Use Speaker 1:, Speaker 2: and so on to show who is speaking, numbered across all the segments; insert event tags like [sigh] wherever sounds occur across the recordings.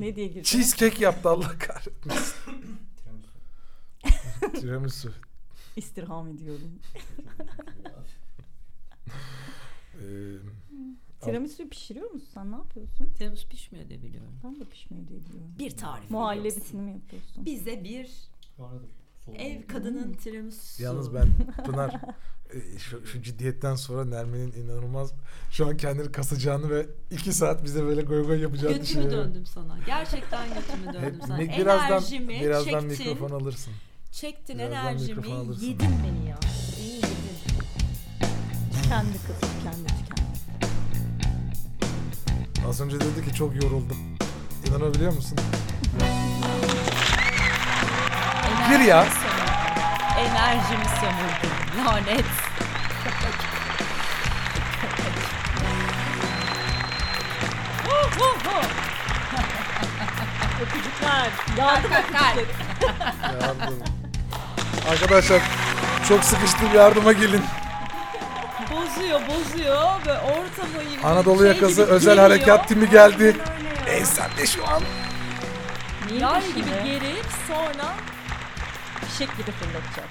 Speaker 1: Ne diye girdi?
Speaker 2: Cheesecake yaptı Allah kahretmesin. [laughs] Tiramisu.
Speaker 1: İstirham ediyorum.
Speaker 2: Ee,
Speaker 1: Tiramisu'yu pişiriyor musun sen? Ne yapıyorsun?
Speaker 3: Tiramisu pişmiyor diye biliyorum.
Speaker 1: Ben de pişmeyi diye biliyorum.
Speaker 3: Bir tarif.
Speaker 1: Muhallebisini mi yapıyorsun?
Speaker 3: Bize bir ev kadının tiramisu.
Speaker 2: yalnız ben Pınar e, şu, şu ciddiyetten sonra Nermin'in inanılmaz şu an kendini kasacağını ve iki saat bize böyle goy goy yapacağını
Speaker 3: Götümü
Speaker 2: düşünüyorum.
Speaker 3: döndüm sana. Gerçekten götümü döndüm
Speaker 2: Hep-
Speaker 3: sana.
Speaker 2: mi- birazdan
Speaker 3: enerjimi
Speaker 2: birazdan
Speaker 3: çektin.
Speaker 2: mikrofon alırsın.
Speaker 3: Çektin
Speaker 2: birazdan
Speaker 3: enerjimi.
Speaker 2: mikrofon alırsın.
Speaker 3: Yedin beni ya. Beni yedin.
Speaker 1: Kendi kız, kendi kendi.
Speaker 2: Az önce dedi ki çok yoruldum. İnanabiliyor musun? Gir ya.
Speaker 3: Enerjimi sömürdün. Enerjimi sömürdün. Lanet. Hu hu hu.
Speaker 1: [laughs] Öpücükler. Yardım
Speaker 3: Kalp. [laughs]
Speaker 2: Yardım. Arkadaşlar çok sıkıştım yardıma gelin.
Speaker 3: Şey bozuyor bozuyor ve ortamı yine
Speaker 2: Anadolu yakası özel harekat timi geldi. En sende şu an.
Speaker 1: Niye
Speaker 3: Yar
Speaker 1: peşinde?
Speaker 3: gibi gerip sonra
Speaker 1: Fişek gibi fırlatacak.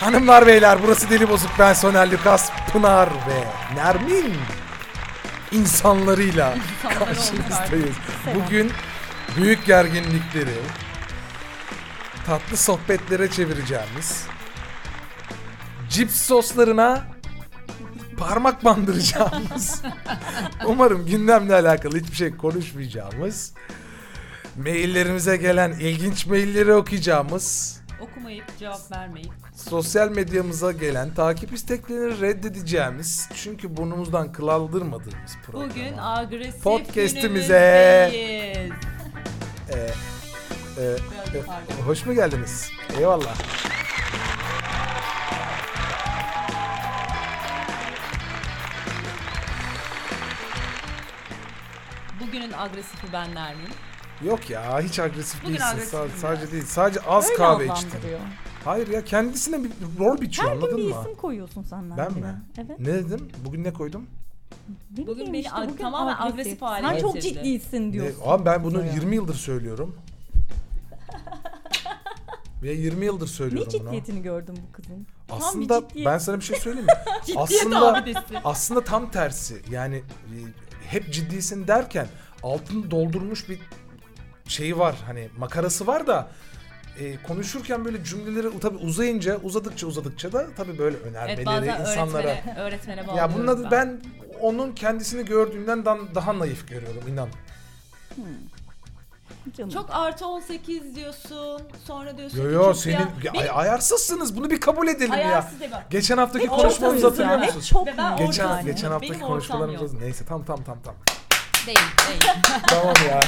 Speaker 2: Hanımlar beyler burası Deli Bozuk ben Soner Lukas Pınar ve Nermin insanlarıyla
Speaker 3: İnsanlar oldu
Speaker 2: karşınızdayız.
Speaker 1: Selam.
Speaker 2: Bugün büyük gerginlikleri tatlı sohbetlere çevireceğimiz cips soslarına parmak
Speaker 3: [laughs]
Speaker 2: bandıracağımız umarım gündemle alakalı hiçbir şey konuşmayacağımız maillerimize gelen ilginç mailleri okuyacağımız
Speaker 3: okumayıp cevap vermeyip
Speaker 2: sosyal medyamıza gelen takip isteklerini reddedeceğimiz çünkü burnumuzdan kıl aldırmadığımız program.
Speaker 3: bugün agresif
Speaker 2: Podcast'imize.
Speaker 3: günümüzdeyiz.
Speaker 2: Ee, e,
Speaker 3: Biraz
Speaker 2: e,
Speaker 3: yukarıda.
Speaker 2: hoş mu geldiniz? Eyvallah.
Speaker 3: Bugünün agresifi ben Nermin.
Speaker 2: Yok ya hiç agresif
Speaker 3: Bugün
Speaker 2: değilsin.
Speaker 3: agresif
Speaker 2: Sa-
Speaker 3: değilim
Speaker 2: sadece
Speaker 3: ben.
Speaker 2: değil. Sadece az
Speaker 1: Öyle
Speaker 2: kahve içtin.
Speaker 1: adlandırıyor.
Speaker 2: Hayır ya kendisine bir rol biçiyor
Speaker 1: Her gün
Speaker 2: anladın
Speaker 1: bir
Speaker 2: mı?
Speaker 1: isim koyuyorsun sen
Speaker 2: Ben
Speaker 1: Nermin'e.
Speaker 2: mi?
Speaker 1: Evet.
Speaker 2: Ne dedim? Bugün ne koydum?
Speaker 1: Ne
Speaker 3: Bugün
Speaker 1: bileyim
Speaker 3: beni
Speaker 1: işte,
Speaker 3: ag- tamamen agresif hale
Speaker 1: Sen çok
Speaker 3: getirdi.
Speaker 1: ciddisin diyorsun.
Speaker 2: Ne? Abi ben bunu
Speaker 1: Zoya.
Speaker 2: 20 yıldır söylüyorum.
Speaker 1: [laughs]
Speaker 2: Ve 20 yıldır söylüyorum
Speaker 1: Ne
Speaker 2: bunu.
Speaker 1: ciddiyetini gördün bu kızın? Tam bir
Speaker 2: Aslında
Speaker 1: ciddiyet.
Speaker 2: ben sana bir şey söyleyeyim mi?
Speaker 1: [laughs]
Speaker 2: aslında
Speaker 3: abidesi.
Speaker 2: aslında tam tersi. Yani e, hep ciddisin derken altını doldurmuş bir şeyi var. Hani makarası var da e, konuşurken böyle cümleleri tabii uzayınca uzadıkça uzadıkça da tabii böyle
Speaker 3: Evet
Speaker 2: önermeleri
Speaker 3: bazen
Speaker 2: insanlara.
Speaker 3: öğretmene, öğretmene
Speaker 2: Ya
Speaker 3: bağlıyorum
Speaker 2: bunun adı ben onun kendisini gördüğümden dan- daha naif görüyorum inan.
Speaker 1: Canım.
Speaker 3: Çok artı 18 diyorsun. Sonra diyorsun
Speaker 2: Yo
Speaker 3: ki
Speaker 2: yo
Speaker 3: çok
Speaker 2: senin
Speaker 3: ya-
Speaker 2: ya,
Speaker 3: Benim
Speaker 2: ay- ayarsızsınız bunu bir kabul edelim ya.
Speaker 3: ayarsız değil bak.
Speaker 2: Geçen haftaki
Speaker 3: Hep
Speaker 2: konuşmamızı
Speaker 3: çok
Speaker 2: hatırlıyor
Speaker 3: ya, hep
Speaker 2: musun?
Speaker 1: Çok
Speaker 3: Ve ben
Speaker 1: mu?
Speaker 2: Geçen
Speaker 3: Orada yani.
Speaker 2: geçen haftaki
Speaker 3: Benim ortam
Speaker 2: konuşmalarımız neyse tam tam tam tam.
Speaker 3: Değil değil.
Speaker 2: [laughs] tamam
Speaker 3: [laughs]
Speaker 2: ya.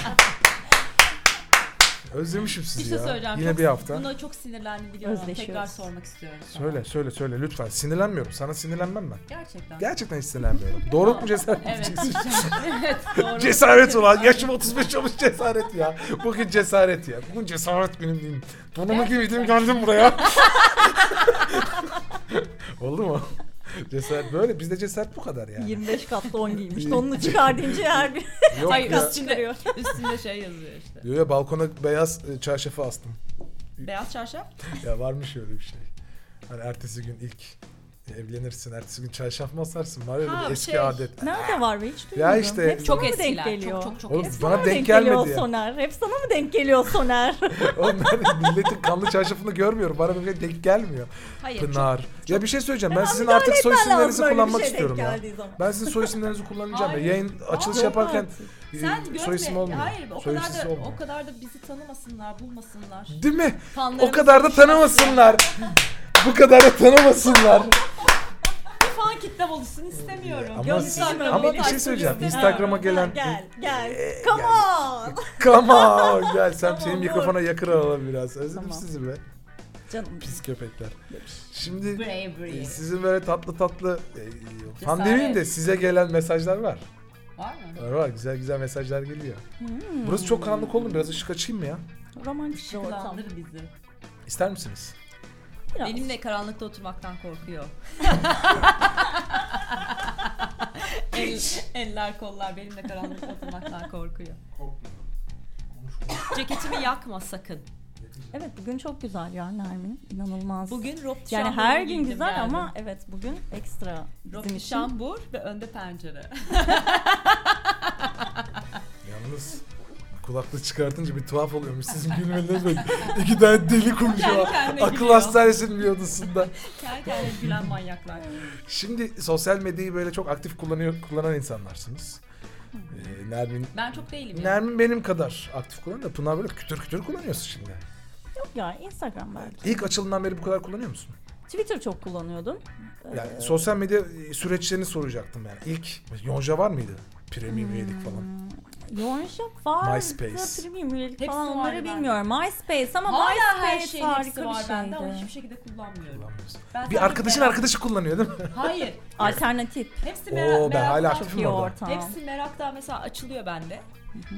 Speaker 2: Özlemişim
Speaker 3: Bir
Speaker 2: sizi
Speaker 3: şey
Speaker 2: ya.
Speaker 3: söyleyeceğim.
Speaker 2: Yine
Speaker 3: çok,
Speaker 2: bir hafta.
Speaker 3: Buna çok sinirlendim biliyorum. ama
Speaker 1: Özleşiyoruz.
Speaker 3: Tekrar sormak istiyorum. sana.
Speaker 2: Söyle söyle söyle lütfen. Sinirlenmiyorum. Sana sinirlenmem ben.
Speaker 3: Gerçekten.
Speaker 2: Gerçekten hiç sinirlenmiyorum. Doğruluk mu [laughs] cesaret mi
Speaker 3: Evet.
Speaker 2: diyeceksin?
Speaker 3: evet [laughs] doğru.
Speaker 2: Cesaret ulan. Yaşım 35 olmuş cesaret ya. Bugün cesaret ya. Bugün cesaret günüm diyeyim. Donumu giydim geldim buraya. [laughs] Oldu mu? Cesaret böyle. Bizde cesaret bu kadar yani.
Speaker 1: 25 katlı 10 giymiş. Donunu çıkar deyince her bir [laughs]
Speaker 2: Yok
Speaker 3: Hayır
Speaker 2: ya.
Speaker 3: üstünde, üstünde şey yazıyor işte.
Speaker 2: Yo, yo, balkona beyaz e, çarşafı astım.
Speaker 3: Beyaz çarşaf.
Speaker 2: Ya varmış öyle bir şey. Hani ertesi gün ilk e, evlenirsin, ertesi gün çarşaf mı asarsın? Var öyle
Speaker 3: Ha,
Speaker 2: bir eski
Speaker 3: şey.
Speaker 2: adet. [laughs]
Speaker 1: Nerede var be hiç
Speaker 2: Ya
Speaker 1: duymadım.
Speaker 2: işte-
Speaker 1: Hep
Speaker 3: Çok
Speaker 1: sana mı denk
Speaker 3: eskiler.
Speaker 1: geliyor?
Speaker 3: Çok çok çok
Speaker 2: Oğlum
Speaker 3: eski.
Speaker 2: bana
Speaker 1: Sana
Speaker 2: denk
Speaker 1: denk
Speaker 2: gelmedi
Speaker 1: geliyor
Speaker 2: ya.
Speaker 1: Soner. Hep sana mı denk geliyor Soner?
Speaker 2: Oğlum ben milletin kanlı çarşafını görmüyorum. Bana böyle denk gelmiyor.
Speaker 3: Hayır.
Speaker 2: Pınar. ya bir şey söyleyeceğim. Ben sizin
Speaker 1: müdahale
Speaker 2: artık soy
Speaker 1: etmen lazım
Speaker 2: isimlerinizi
Speaker 1: öyle bir
Speaker 2: kullanmak
Speaker 1: şey denk
Speaker 2: istiyorum ya.
Speaker 1: geldiği zaman.
Speaker 2: Ben sizin soy isimlerinizi kullanacağım. ya.
Speaker 3: Hayır.
Speaker 2: Yayın açılış
Speaker 3: Hayır.
Speaker 2: yaparken e,
Speaker 3: Çok, sen görme.
Speaker 2: soy isim olmuyor.
Speaker 3: Hayır o
Speaker 2: soy
Speaker 3: kadar
Speaker 2: isimsiz
Speaker 3: da
Speaker 2: olmuyor.
Speaker 3: o kadar da bizi tanımasınlar, bulmasınlar.
Speaker 2: Değil mi?
Speaker 3: Fanlarımız
Speaker 2: O kadar da tanımasınlar. Bu kadar da tanımasınlar.
Speaker 3: Bir fan kitlem olsun istemiyorum.
Speaker 2: Ama
Speaker 3: Gördüğünüz
Speaker 2: siz-
Speaker 3: Instagram'ı
Speaker 2: ama bir şey
Speaker 3: takip
Speaker 2: söyleyeceğim.
Speaker 3: istemiyorum.
Speaker 2: Instagram'a
Speaker 1: Ha,
Speaker 2: gelen-
Speaker 1: Gel
Speaker 2: Ee,
Speaker 1: gel. Come
Speaker 2: yani-
Speaker 1: on.
Speaker 2: Come on. Gel sen
Speaker 1: Tamam,
Speaker 2: senin
Speaker 1: dur.
Speaker 2: mikrofona yakın alalım biraz. Özledim
Speaker 1: Tamam.
Speaker 2: sizi be.
Speaker 1: Canım
Speaker 2: Pis köpekler. Şimdi
Speaker 3: Bravery.
Speaker 2: e, sizin böyle tatlı tatlı e, fan
Speaker 3: Cesaret.
Speaker 2: demeyeyim de size gelen mesajlar var.
Speaker 3: Var mı?
Speaker 2: Var var güzel güzel mesajlar geliyor. Burası çok karanlık oldu biraz ışık açayım mı ya?
Speaker 1: romantik bir ortam.
Speaker 3: Kullandır bizi.
Speaker 2: İster misiniz?
Speaker 1: Biraz. [laughs]
Speaker 3: Benimle karanlıkta oturmaktan korkuyor. El, eller kollar benimle karanlık oturmaktan korkuyor.
Speaker 2: Korkmuyorum.
Speaker 3: Ceketimi yakma sakın.
Speaker 1: Evet bugün çok güzel ya Nermin. İnanılmaz.
Speaker 3: Bugün Rob
Speaker 1: yani
Speaker 3: Chambord'u
Speaker 1: her gün
Speaker 3: giydim
Speaker 1: güzel
Speaker 3: geldim.
Speaker 1: ama evet bugün ekstra bizim
Speaker 3: Rob
Speaker 1: için.
Speaker 3: Şambur ve önde pencere.
Speaker 2: Yalnız kulaklık çıkartınca bir tuhaf oluyormuş. Sizin gülmeleriniz [laughs] böyle iki tane deli konuşuyor.
Speaker 3: Kendi kendine
Speaker 2: Akıl
Speaker 3: gülüyor.
Speaker 2: hastanesinin bir odasında.
Speaker 3: Kel kendine gülen manyaklar.
Speaker 2: Şimdi sosyal medyayı böyle çok aktif kullanıyor, kullanan insanlarsınız. Ee, Nermin,
Speaker 3: Ben çok değilim ya.
Speaker 2: Nermin benim kadar aktif kullanıyor da Pınar böyle kütür kütür kullanıyorsun şimdi.
Speaker 1: Yok ya Instagram belki.
Speaker 2: İlk açılından beri bu kadar kullanıyor musun?
Speaker 1: Twitter çok kullanıyordum.
Speaker 2: Yani
Speaker 1: Ee,
Speaker 2: sosyal medya e, süreçlerini soracaktım yani. İlk Yonca var mıydı?
Speaker 3: Hmm.
Speaker 2: Premium üyelik falan.
Speaker 1: Yoğunca Hmm, var.
Speaker 2: MySpace.
Speaker 1: Premium üyelik
Speaker 3: Hepsi
Speaker 1: falan
Speaker 3: var
Speaker 1: onları
Speaker 3: bende.
Speaker 1: bilmiyorum. MySpace ama
Speaker 3: Hala
Speaker 1: MySpace
Speaker 3: her şeyin hepsi
Speaker 1: harika
Speaker 3: var
Speaker 1: bir şeydi.
Speaker 3: bende ama hiçbir şey şekilde kullanmıyorum.
Speaker 2: Kullanmıyorsun.
Speaker 3: Ben sadece
Speaker 2: Bir arkadaşın
Speaker 3: merak-
Speaker 2: arkadaşı kullanıyor değil mi?
Speaker 3: Hayır.
Speaker 1: Alternatif.
Speaker 3: Hepsi merak,
Speaker 2: Oo ben hala
Speaker 3: meraktan-
Speaker 1: Çok
Speaker 2: aktifim
Speaker 1: iyi
Speaker 2: orada.
Speaker 1: ortam.
Speaker 3: Hepsi meraktan mesela açılıyor bende.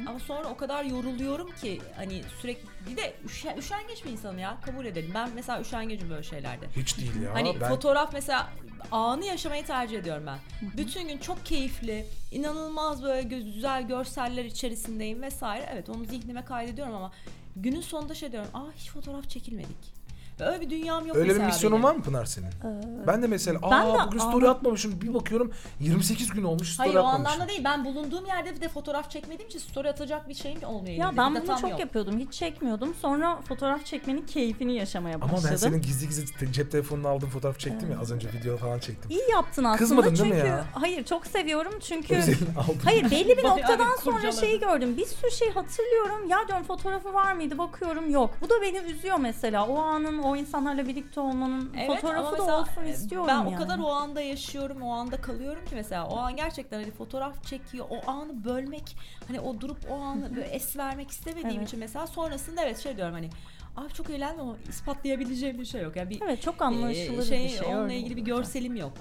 Speaker 3: Ama sonra o kadar yoruluyorum ki hani sürekli bir de üşen, üşengeç bir insanım ya kabul edelim. Ben mesela üşengecim böyle şeylerde.
Speaker 2: Hiç değil ya.
Speaker 3: hani
Speaker 2: ben...
Speaker 3: fotoğraf mesela anı yaşamayı tercih ediyorum ben. Bütün gün çok keyifli, inanılmaz böyle gö- güzel görseller içerisindeyim vesaire. Evet onu zihnime kaydediyorum ama günün sonunda şey diyorum. Aa hiç fotoğraf çekilmedik. Ve öyle bir dünyam yok
Speaker 2: Öyle bir
Speaker 3: mesela
Speaker 2: misyonun
Speaker 3: benim.
Speaker 2: var mı Pınar senin?
Speaker 1: Ee,
Speaker 2: Ben de mesela aa
Speaker 1: Ben de-
Speaker 2: bugün story
Speaker 1: aa.
Speaker 2: atmamışım bir bakıyorum 28 gün olmuş story
Speaker 3: Hayır o
Speaker 2: atmamışım.
Speaker 3: anlamda değil. Ben bulunduğum yerde bir de fotoğraf çekmediğim için story atacak bir şeyim olmuyor.
Speaker 1: Ya
Speaker 3: elimde.
Speaker 1: ben
Speaker 3: Bir
Speaker 1: bunu
Speaker 3: datam
Speaker 1: çok
Speaker 3: yok.
Speaker 1: yapıyordum. Hiç çekmiyordum. Sonra fotoğraf çekmenin keyfini yaşamaya
Speaker 2: Ama
Speaker 1: başladım.
Speaker 2: ben senin gizli gizli te- cep telefonunu aldım fotoğraf çektim
Speaker 3: Ee.
Speaker 2: ya az önce video falan çektim.
Speaker 1: İyi yaptın aslında.
Speaker 2: Kızmadın değil mi
Speaker 1: çünkü
Speaker 2: ya?
Speaker 1: hayır çok seviyorum çünkü
Speaker 2: Özelini aldım.
Speaker 1: Hayır belli bir
Speaker 3: Bayağı
Speaker 1: noktadan
Speaker 3: bir
Speaker 1: sonra
Speaker 3: kurcaladı.
Speaker 1: şeyi gördüm. Bir sürü şey hatırlıyorum. Ya diyorum fotoğrafı var mıydı bakıyorum yok. Bu da beni üzüyor mesela. O anın o insanlarla birlikte olmanın
Speaker 3: Evet, ama
Speaker 1: fotoğrafı
Speaker 3: mesela e,
Speaker 1: da olsun istiyorum
Speaker 3: Ben
Speaker 1: yani.
Speaker 3: o kadar o anda yaşıyorum, o anda kalıyorum ki mesela o an gerçekten hani fotoğraf çekiyor, o anı bölmek, hani o durup o anı böyle es vermek istemediğim
Speaker 1: Evet.
Speaker 3: için mesela sonrasında evet şey diyorum hani abi çok eğlendim ama ispatlayabileceğim bir şey yok. Yani bir
Speaker 1: Evet çok
Speaker 3: e,
Speaker 1: anlaşılır
Speaker 3: şey,
Speaker 1: bir şey.
Speaker 3: onunla
Speaker 1: öyle
Speaker 3: ilgili bir
Speaker 1: olunca.
Speaker 3: görselim yok.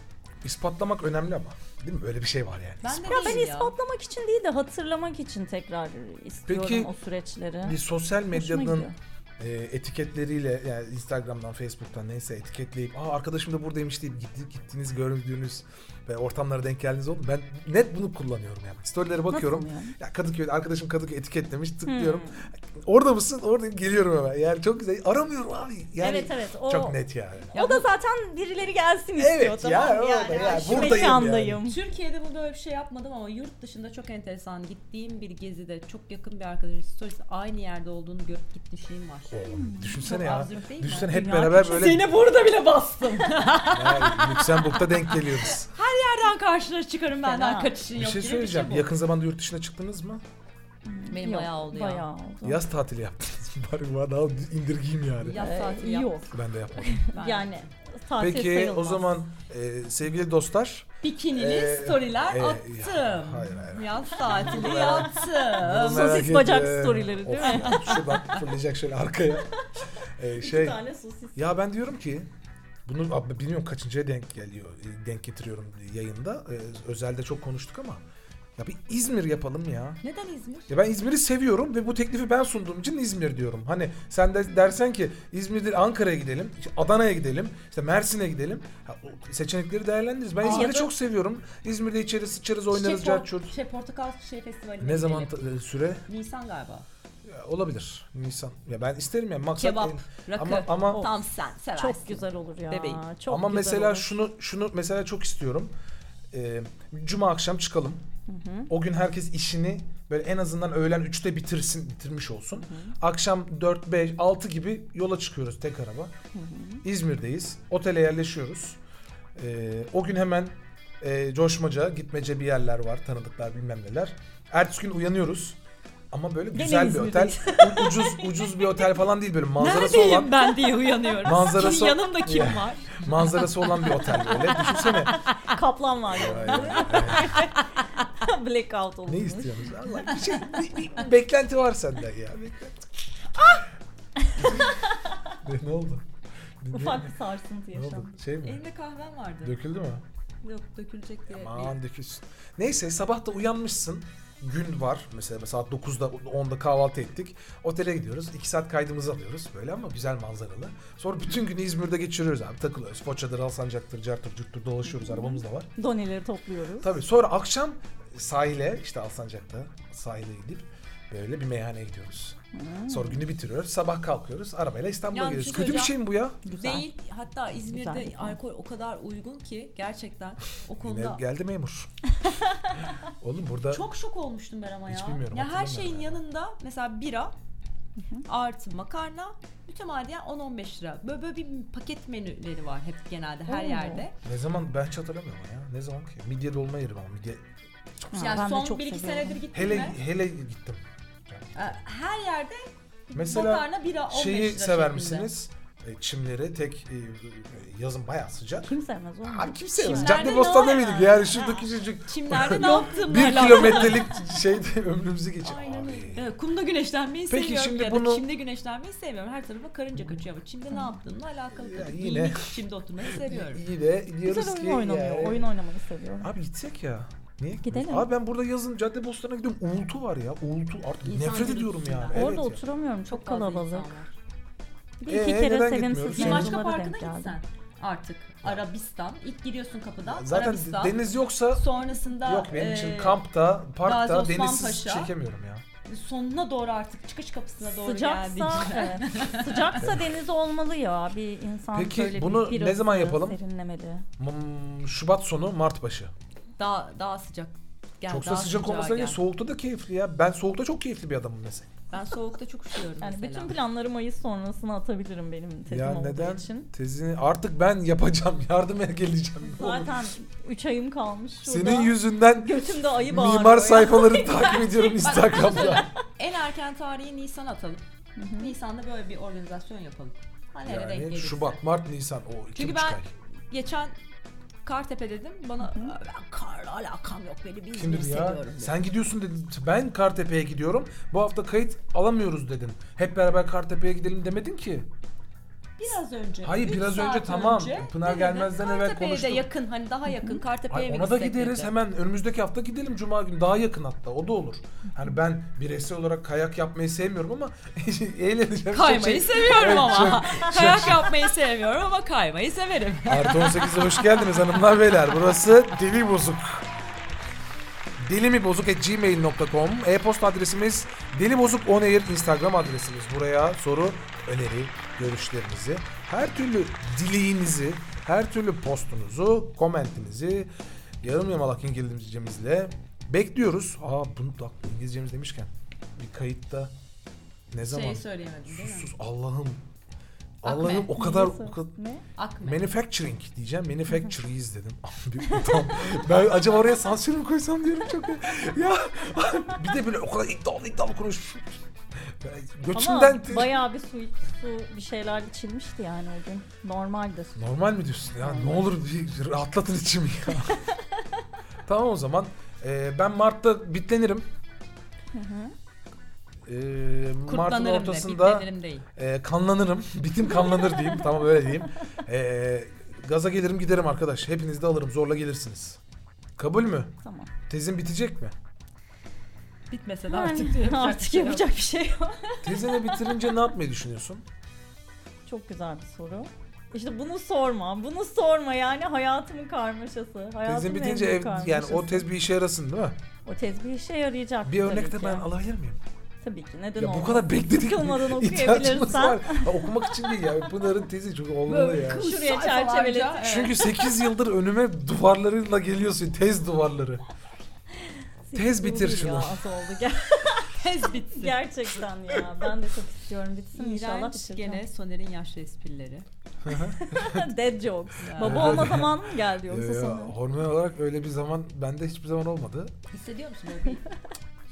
Speaker 2: İspatlamak önemli ama. Değil mi? Öyle bir şey var yani.
Speaker 3: Ben de
Speaker 1: Ya ben
Speaker 3: değilim
Speaker 1: ispatlamak için değil de hatırlamak için tekrar istiyorum
Speaker 2: Peki,
Speaker 1: o süreçleri.
Speaker 2: Bir sosyal
Speaker 1: Hoşuma
Speaker 2: medyanın
Speaker 1: gidiyor.
Speaker 2: e, etiketleriyle yani Instagram'dan, Facebook'tan neyse etiketleyip aa arkadaşım da buradaymış deyip gitti, gittiğiniz gördüğünüz ve ortamlara denk geldiğiniz oldu. mu? Ben net bunu kullanıyorum yani. Storylere bakıyorum.
Speaker 1: Nasıl yani? Hmm.
Speaker 2: Ya Kadıköy'de arkadaşım Kadıköy etiketlemiş tıklıyorum. Orada mısın? Orada geliyorum hemen. Yani çok güzel. Aramıyorum abi. Yani
Speaker 1: evet evet o
Speaker 2: Çok net yani.
Speaker 3: Ya
Speaker 1: o da zaten birileri gelsin istiyor
Speaker 2: Evet
Speaker 1: tamam
Speaker 2: ya,
Speaker 1: mı?
Speaker 2: orada ya,
Speaker 1: şu
Speaker 2: buradayım
Speaker 1: mekandayım.
Speaker 3: Türkiye'de bu böyle bir şey yapmadım ama yurt dışında çok enteresan gittiğim bir gezide çok yakın bir arkadaşın storiesi aynı yerde olduğunu görüp gittiğim şeyim var.
Speaker 2: Oğlum, düşünsene
Speaker 3: Çok
Speaker 2: ya.
Speaker 3: absürt değil mi?
Speaker 2: Düşünsene hep
Speaker 1: Dünya
Speaker 2: beraber böyle
Speaker 3: Seni burada bile bastım.
Speaker 2: Ya, Lüksemburg'da
Speaker 1: [laughs]
Speaker 2: denk geliyoruz.
Speaker 3: Nereden karşına çıkarım benden
Speaker 1: Fena.
Speaker 3: kaçışın
Speaker 2: bir
Speaker 3: yok.
Speaker 2: şey
Speaker 3: gibi
Speaker 2: söyleyeceğim.
Speaker 3: bu.
Speaker 2: Yakın zamanda yurt dışına çıktınız mı?
Speaker 3: Benim
Speaker 1: Yok,
Speaker 3: bayağı oldu ya.
Speaker 1: Bayağı oldu.
Speaker 2: Yaz tatili yaptınız. [laughs] mı? Bari bana al, indirgeyim yani.
Speaker 3: Yaz
Speaker 1: Ee,
Speaker 3: tatili yap.
Speaker 1: yok.
Speaker 2: Ben de yapmadım.
Speaker 3: Ben-
Speaker 1: Yani tatil
Speaker 2: Peki
Speaker 1: sayılmaz.
Speaker 2: o zaman e, sevgili dostlar
Speaker 3: Bikinili
Speaker 2: Ee,
Speaker 3: storyler
Speaker 2: e,
Speaker 3: attım.
Speaker 2: ya, hayır, hayır.
Speaker 3: Yaz tatili
Speaker 2: bunu
Speaker 3: yaptım.
Speaker 1: Ee, sosis
Speaker 2: merak
Speaker 1: bacak
Speaker 2: ediyorum.
Speaker 1: storyleri değil
Speaker 2: Of
Speaker 1: mi?
Speaker 2: [laughs] ya, şuradan fırlayacak şöyle arkaya.
Speaker 1: [laughs]
Speaker 2: E, şey
Speaker 1: tane sosis.
Speaker 2: ya ben diyorum ki bunu ab- bilmiyorum kaçıncıya denk geliyor e, denk getiriyorum yayında. E, özelde çok konuştuk ama ya bir İzmir yapalım ya.
Speaker 3: Neden İzmir?
Speaker 2: Ya ben İzmir'i seviyorum ve bu teklifi ben sunduğum için İzmir diyorum. Hani sen de dersen ki İzmir'de Ankara'ya gidelim, işte Adana'ya gidelim, işte Mersin'e gidelim. Ha, o seçenekleri değerlendiririz. Ben
Speaker 1: Aa,
Speaker 2: İzmir'i
Speaker 1: ya da-
Speaker 2: çok seviyorum. İzmir'de içeri sıçarız, oynarız,
Speaker 3: Şey, por-
Speaker 2: carçurt.
Speaker 3: Şey, Portakal şey festivali.
Speaker 2: Ne zaman ta- e, süre?
Speaker 3: Nisan galiba.
Speaker 2: Ya, Olabilir. Nisan. Ya ben isterim ya maksat.
Speaker 3: Kebap,
Speaker 2: e,
Speaker 3: rakı.
Speaker 2: Ama ama
Speaker 3: Tam sen seversin.
Speaker 1: Çok güzel olur ya.
Speaker 3: Bebeğim.
Speaker 1: Çok
Speaker 2: ama
Speaker 1: güzel
Speaker 2: mesela
Speaker 1: olur.
Speaker 2: şunu şunu mesela çok istiyorum. Ee, Cuma akşam çıkalım. O gün herkes işini böyle en azından öğlen 3'te bitirsin, bitirmiş olsun. Akşam 4, 5, 6 gibi yola çıkıyoruz tek araba. İzmir'deyiz. Otele yerleşiyoruz. Ee, o gün hemen e, coşmaca, gitmece bir yerler var. Tanıdıklar bilmem neler. Ertesi gün uyanıyoruz. Ama böyle
Speaker 1: Gene
Speaker 2: güzel bir otel.
Speaker 1: İzmir'deyiz.
Speaker 2: U- ucuz ucuz bir otel
Speaker 1: [laughs]
Speaker 2: falan değil böyle manzarası
Speaker 3: Neredeyim
Speaker 2: olan
Speaker 3: ben diye uyanıyorum.
Speaker 2: Manzarası-
Speaker 3: Kim- Yanımda
Speaker 2: Ya.
Speaker 3: kim var?
Speaker 2: manzarası olan bir otel böyle. Düşünsene.
Speaker 1: kaplan var ya.
Speaker 2: Aynen,
Speaker 1: [laughs]
Speaker 2: aynen.
Speaker 1: Blackout olur.
Speaker 2: Ne istiyorsunuz? Allah bir şey bir, bir- bir beklenti var senden ya. Beklenti. ne, ne oldu? Ne-
Speaker 1: Ah! Ufak bir sarsıntı
Speaker 2: ne, ne oldu?
Speaker 1: yaşandı.
Speaker 2: Şey mi?
Speaker 3: Elimde kahvem vardı.
Speaker 2: Döküldü mü?
Speaker 3: Yok dökülecek diye.
Speaker 2: Aman dökülsün. Neyse sabah da uyanmışsın. gün var. Mesela saat 9'da 10'da kahvaltı ettik. Otele gidiyoruz. 2 saat kaydımızı alıyoruz böyle ama güzel manzaralı. Sonra bütün günü İzmir'de geçiriyoruz abi. Takılıyoruz. Foça'dır, Alsancak'tır, Cartır, Cürt'tür dolaşıyoruz. Arabamız da var.
Speaker 1: Doneleri topluyoruz.
Speaker 2: Tabii sonra akşam sahile işte Alsancak'ta sahile gidip böyle bir meyhaneye gidiyoruz. Sonra günü bitiriyoruz. Sabah kalkıyoruz. Arabayla İstanbul'a
Speaker 3: Yani
Speaker 2: geliyoruz.
Speaker 3: bir şey
Speaker 2: Kötü bir şey
Speaker 3: söyleyeceğim.
Speaker 2: mi bu ya?
Speaker 1: Güzel.
Speaker 3: Değil. Hatta İzmir'de
Speaker 1: Güzel bir plan.
Speaker 3: alkol o kadar uygun ki gerçekten o
Speaker 2: Yine
Speaker 3: konuda.
Speaker 2: geldi
Speaker 3: [laughs]
Speaker 2: memur. Oğlum burada
Speaker 3: Çok şok olmuştum ben ama ya.
Speaker 2: Hiç bilmiyorum,
Speaker 3: Ya her
Speaker 2: hatırlamıyorum
Speaker 3: şeyin
Speaker 2: ya.
Speaker 3: yanında mesela bira artı makarna mütemadiyen 10-15 lira. Böyle, böyle bir paket menüleri var hep genelde her
Speaker 1: Oo.
Speaker 3: yerde.
Speaker 2: ne zaman ben hiç hatırlamıyorum ya. Ne zaman ki? Midye dolma yerim ama midye.
Speaker 1: Ha,
Speaker 3: Yani
Speaker 1: ben de
Speaker 3: son
Speaker 1: çok
Speaker 3: 1-2
Speaker 1: seviyorum.
Speaker 3: senedir gittim
Speaker 2: Hele
Speaker 3: mi?
Speaker 2: hele gittim.
Speaker 3: Ee, Her yerde
Speaker 2: Mesela
Speaker 3: makarna bira 15 lira
Speaker 2: Şeyi
Speaker 3: şeklinde.
Speaker 2: sever misiniz? E, Çimleri tek e, yazın bayağı sıcak.
Speaker 1: Kim sevmez oğlum?
Speaker 2: Abi kimse
Speaker 3: Çimlerde
Speaker 2: yemez.
Speaker 3: ne
Speaker 2: Cadde Bostan'da
Speaker 3: var
Speaker 2: mıydık
Speaker 3: ya?
Speaker 2: yani şurada küçücük [laughs]
Speaker 3: Çimlerde ne yaptım?
Speaker 2: bir kilometrelik
Speaker 3: [laughs]
Speaker 2: şeyde ömrümüzü geçir.
Speaker 3: Aynen öyle.
Speaker 2: Abi.
Speaker 3: Evet, Ee, kumda güneşlenmeyi
Speaker 2: Peki
Speaker 3: seviyorum
Speaker 2: şimdi
Speaker 3: ya
Speaker 2: bunu-
Speaker 3: da çimde güneşlenmeyi sevmiyorum. Her tarafa karınca kaçıyor ama çimde ne yaptığımla alakalı
Speaker 2: Ya
Speaker 3: tabii.
Speaker 2: yine-
Speaker 3: Yine...
Speaker 2: [laughs]
Speaker 3: çimde oturmayı seviyorum.
Speaker 2: İyi de diyoruz
Speaker 1: Güzel oyun
Speaker 2: ki
Speaker 1: oynanıyor.
Speaker 2: yani-
Speaker 1: Oyun oynamayı seviyorum.
Speaker 2: Abi gitsek ya. Niye?
Speaker 1: Gidelim.
Speaker 2: Abi ben burada yazın Cadde Bostan'a gidiyorum. Uğultu var ya. Uğultu artık
Speaker 3: İnsan
Speaker 2: nefret
Speaker 3: gürültüsü
Speaker 2: ediyorum
Speaker 3: ya.
Speaker 2: yani.
Speaker 1: Orada
Speaker 2: evet ya.
Speaker 1: oturamıyorum çok,
Speaker 3: fazla
Speaker 1: kalabalık.
Speaker 3: insan var.
Speaker 1: Bir de iki
Speaker 2: Ee,
Speaker 1: kere
Speaker 2: neden
Speaker 1: sevimsiz
Speaker 2: gitmiyoruz?
Speaker 3: Bir başka
Speaker 1: mevzulara
Speaker 3: parkına
Speaker 1: denk geldim.
Speaker 3: gitsen artık Arabistan. ilk giriyorsun kapıdan
Speaker 2: Zaten
Speaker 3: Arabistan.
Speaker 2: deniz yoksa
Speaker 3: Sonrasında
Speaker 2: yok benim
Speaker 3: e,
Speaker 2: için kampta, parkta,
Speaker 3: Gazi Osman
Speaker 2: denizsiz
Speaker 3: Paşa.
Speaker 2: çekemiyorum ya.
Speaker 3: sonuna doğru artık çıkış kapısına doğru
Speaker 1: Sıcaksa,
Speaker 3: geldik.
Speaker 1: evet. sıcaksa deniz olmalı ya bir insan
Speaker 2: Peki,
Speaker 1: böyle
Speaker 2: bunu
Speaker 1: bir
Speaker 2: ne
Speaker 1: birası
Speaker 2: zaman yapalım?
Speaker 1: Serinlemeli.
Speaker 2: Hmm, Şubat sonu, Mart başı.
Speaker 3: Daha daha sıcak. Gel,
Speaker 2: Çok da
Speaker 3: daha
Speaker 2: sıcak
Speaker 3: sıcağa
Speaker 2: olmasa ya
Speaker 3: gel.
Speaker 2: soğukta da keyifli ya. Ben soğukta çok keyifli bir adamım mesela.
Speaker 3: Ben soğukta çok üşüyorum
Speaker 1: Yani
Speaker 3: mesela.
Speaker 1: bütün planları Mayıs sonrasına atabilirim benim tezim
Speaker 2: ya
Speaker 1: olduğu
Speaker 2: neden?
Speaker 1: için.
Speaker 2: Tezini artık ben yapacağım. [laughs] Yardıma geleceğim.
Speaker 1: Zaten 3 ayım kalmış şurada.
Speaker 2: Senin yüzünden
Speaker 1: Götümde ayı bağırıyor.
Speaker 2: mimar
Speaker 1: ya.
Speaker 3: [laughs]
Speaker 2: sayfaları takip ediyorum Instagram'da.
Speaker 3: En erken tarihi Nisan atalım. Nisan'da böyle bir organizasyon yapalım. Hani hele denk
Speaker 2: yani
Speaker 3: gelirse.
Speaker 2: Şubat, Mart, Nisan o iki
Speaker 3: Çünkü
Speaker 2: buçuk
Speaker 3: ben-
Speaker 2: ay.
Speaker 3: Geçen Kartepe dedim. Bana ben karla alakam yok. Beni bir İzmir
Speaker 2: Kimdir ya?
Speaker 3: seviyorum. dedi.
Speaker 2: Sen gidiyorsun dedin. Ben Kartepe'ye gidiyorum. Bu hafta kayıt alamıyoruz dedin. Hep beraber Kartepe'ye gidelim demedin ki.
Speaker 3: Biraz önce.
Speaker 2: Hayır,
Speaker 3: üç
Speaker 2: biraz
Speaker 3: saat
Speaker 2: önce tamam. Pınar
Speaker 3: dedim,
Speaker 2: gelmezden evvel
Speaker 3: Kartepe'ye de
Speaker 2: konuştuk.
Speaker 3: yakın hani daha yakın. Kartepe'ye
Speaker 2: Ay,
Speaker 3: mi
Speaker 2: ona da
Speaker 3: gitsek
Speaker 2: gideriz
Speaker 3: dedi.
Speaker 2: hemen önümüzdeki hafta gidelim cuma günü daha yakın hatta o da olur. Hani ben bireysel olarak kayak yapmayı sevmiyorum ama [laughs] eğleneceğim. şey
Speaker 3: Kaymayı seviyorum
Speaker 2: Evet,
Speaker 3: ama. [laughs] Kayak yapmayı sevmiyorum ama kaymayı severim.
Speaker 2: Artı 18'e hoş geldiniz hanımlar beyler. Burası Deli Bozuk. Deli mi bozuk gmail.com e-posta adresimiz deli bozuk instagram adresimiz buraya soru öneri görüşlerinizi her türlü dileğinizi her türlü postunuzu komentinizi yarım yamalak İngilizcemizle bekliyoruz. Aa bunu da İngilizcemiz demişken bir kayıtta ne [laughs] zaman
Speaker 3: Şeyi söyleyemedim Şey değil
Speaker 2: sus
Speaker 3: mi?
Speaker 2: sus Allah'ım
Speaker 3: Akme.
Speaker 2: Allah'ım o kadar
Speaker 1: Neyse.
Speaker 2: o kadar
Speaker 1: Ne?
Speaker 3: Akme.
Speaker 2: Manufacturing diyeceğim. Manufacturees dedim. Bir utan- ben acaba oraya sansür mü koysam diyorum çok. Ya [laughs] bir de böyle o kadar iddialı iddialı konuş. Ben Göçümden
Speaker 1: Ama bayağı bir su, su bir şeyler içilmişti yani o gün. Normaldi su.
Speaker 2: Normal mi diyorsun? Ya ne olur bir rahatlatın içimi ya. tamam o zaman. Ee, ben Mart'ta bitlenirim. Ee, Mart'ın
Speaker 3: Kurtlanırım de,
Speaker 2: ortasında
Speaker 3: bitlenirim değil.
Speaker 2: e, kanlanırım. [laughs] Bitim kanlanır diyeyim. tamam öyle diyeyim. Ee, gaza gelirim giderim arkadaş. Hepiniz de alırım. Zorla gelirsiniz. Kabul mü?
Speaker 1: Tamam.
Speaker 2: Tezin bitecek mi?
Speaker 3: Bitmese de artık
Speaker 1: Artık, artık yapacak bir şey yok.
Speaker 2: Tezini bitirince ne yapmayı düşünüyorsun?
Speaker 1: Çok güzel bir soru. İşte bunu sorma. Bunu sorma yani hayatımın karmaşası. Hayatımın
Speaker 2: Tezin
Speaker 1: en
Speaker 2: bitince
Speaker 1: büyük
Speaker 2: ev, yani
Speaker 1: karmaşası.
Speaker 2: o tez bir işe yarasın değil mi?
Speaker 1: O tez bir işe yarayacak.
Speaker 2: Bir
Speaker 1: tabii
Speaker 2: örnek de
Speaker 1: ki.
Speaker 2: ben alabilir miyim?
Speaker 1: Tabii ki neden
Speaker 2: Ya
Speaker 1: olmasın?
Speaker 2: bu kadar bekledik. [laughs]
Speaker 1: Sıkılmadan
Speaker 2: İhtiyacımız
Speaker 1: okuyabilirsen.
Speaker 2: var. Ha, okumak için değil ya. Pınar'ın tezi çok olmalı ya.
Speaker 3: şey
Speaker 1: Şuraya
Speaker 3: Sayfalarca,
Speaker 1: çerçeveledim.
Speaker 3: evet.
Speaker 2: Çünkü 8 yıldır önüme duvarlarıyla geliyorsun. Tez duvarları. Tez bitir
Speaker 1: Sıkıldı
Speaker 2: şunu.
Speaker 1: ya, Az oldu
Speaker 2: [laughs]
Speaker 1: ger-
Speaker 3: tez bitsin.
Speaker 1: gerçekten ya. Ben de çok istiyorum. Bitsin inşallah
Speaker 3: İğrenç
Speaker 1: bitireceğim.
Speaker 3: gene Soner'in yaşlı esprileri.
Speaker 1: [laughs] Dead jokes.
Speaker 3: Ya.
Speaker 1: Baba olma zamanı mı geldi yoksa
Speaker 2: Ee,
Speaker 1: sana?
Speaker 2: hormon olarak öyle bir zaman bende hiçbir zaman olmadı.
Speaker 3: Hissediyor musun böyle bir?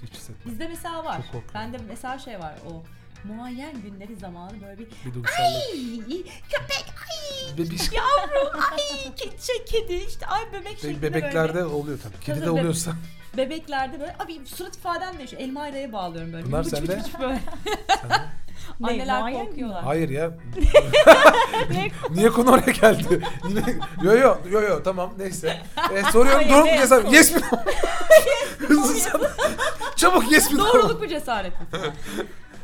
Speaker 2: Hiç hissetmedim.
Speaker 3: Bizde mesela var.
Speaker 2: Çok korkuyorum.
Speaker 3: Bende mesela şey var o muayyen günleri zamanı böyle bir
Speaker 2: Bir duygusallık.
Speaker 3: "Ay, köpek
Speaker 2: Ve
Speaker 3: [laughs]
Speaker 2: bir-
Speaker 3: yavrum ay kedi, şey, kedi işte ay bebek şeklinde
Speaker 2: bebeklerde
Speaker 3: böyle.
Speaker 2: oluyor tabii.
Speaker 3: Tabii,
Speaker 2: Kedide
Speaker 3: tabii. [laughs]
Speaker 2: oluyorsa.
Speaker 3: Bebeklerde böyle abi surat ifadem değişiyor. Elma bağlıyorum böyle.
Speaker 2: Bunlar
Speaker 3: [laughs] Bıç bıç
Speaker 2: sende.
Speaker 3: bıç böyle.
Speaker 1: Ne,
Speaker 3: Anneler
Speaker 1: mayen mi?
Speaker 3: korkuyorlar.
Speaker 2: Hayır
Speaker 3: [laughs]
Speaker 2: ya. [laughs]
Speaker 1: Ne-
Speaker 2: Niye konu oraya geldi? Yine yo yo yo yo tamam neyse. Ee, soruyorum
Speaker 3: Hayır,
Speaker 2: doğru mu
Speaker 3: ne?
Speaker 2: cesaret? Yes mi? [laughs] Hızlı sen. Çabuk yes mi?
Speaker 3: Doğruluk mu cesaret mi?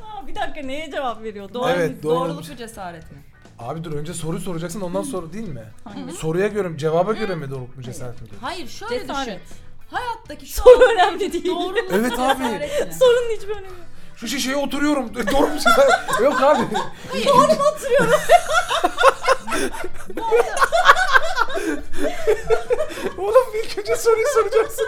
Speaker 1: Aa, bir dakika neye cevap veriyor? Doğru.
Speaker 3: Doğru,
Speaker 2: Evet, doğru.
Speaker 3: Doğruluk mu cesaret mi?
Speaker 2: Abi dur önce soruyu soracaksın ondan sonra değil mi?
Speaker 1: Hangi?
Speaker 2: Soruya göre mi cevaba göre mi doğruluk mu cesaret mi?
Speaker 3: Hayır şöyle
Speaker 1: Cesaret.
Speaker 3: düşün. Hayattaki şu
Speaker 1: Soru
Speaker 3: an
Speaker 1: önemli değil.
Speaker 3: doğruluk
Speaker 2: Evet
Speaker 3: mu
Speaker 2: abi.
Speaker 3: cesaret mi?
Speaker 1: Sorunun hiçbir önemi yok.
Speaker 2: Şu şişeye oturuyorum. [laughs] Doğru mu cesaret? Yok abi.
Speaker 1: Doğru mu oturuyorum?
Speaker 3: Bu arada
Speaker 2: [laughs] Oğlum ilk önce soruyu soracaksın.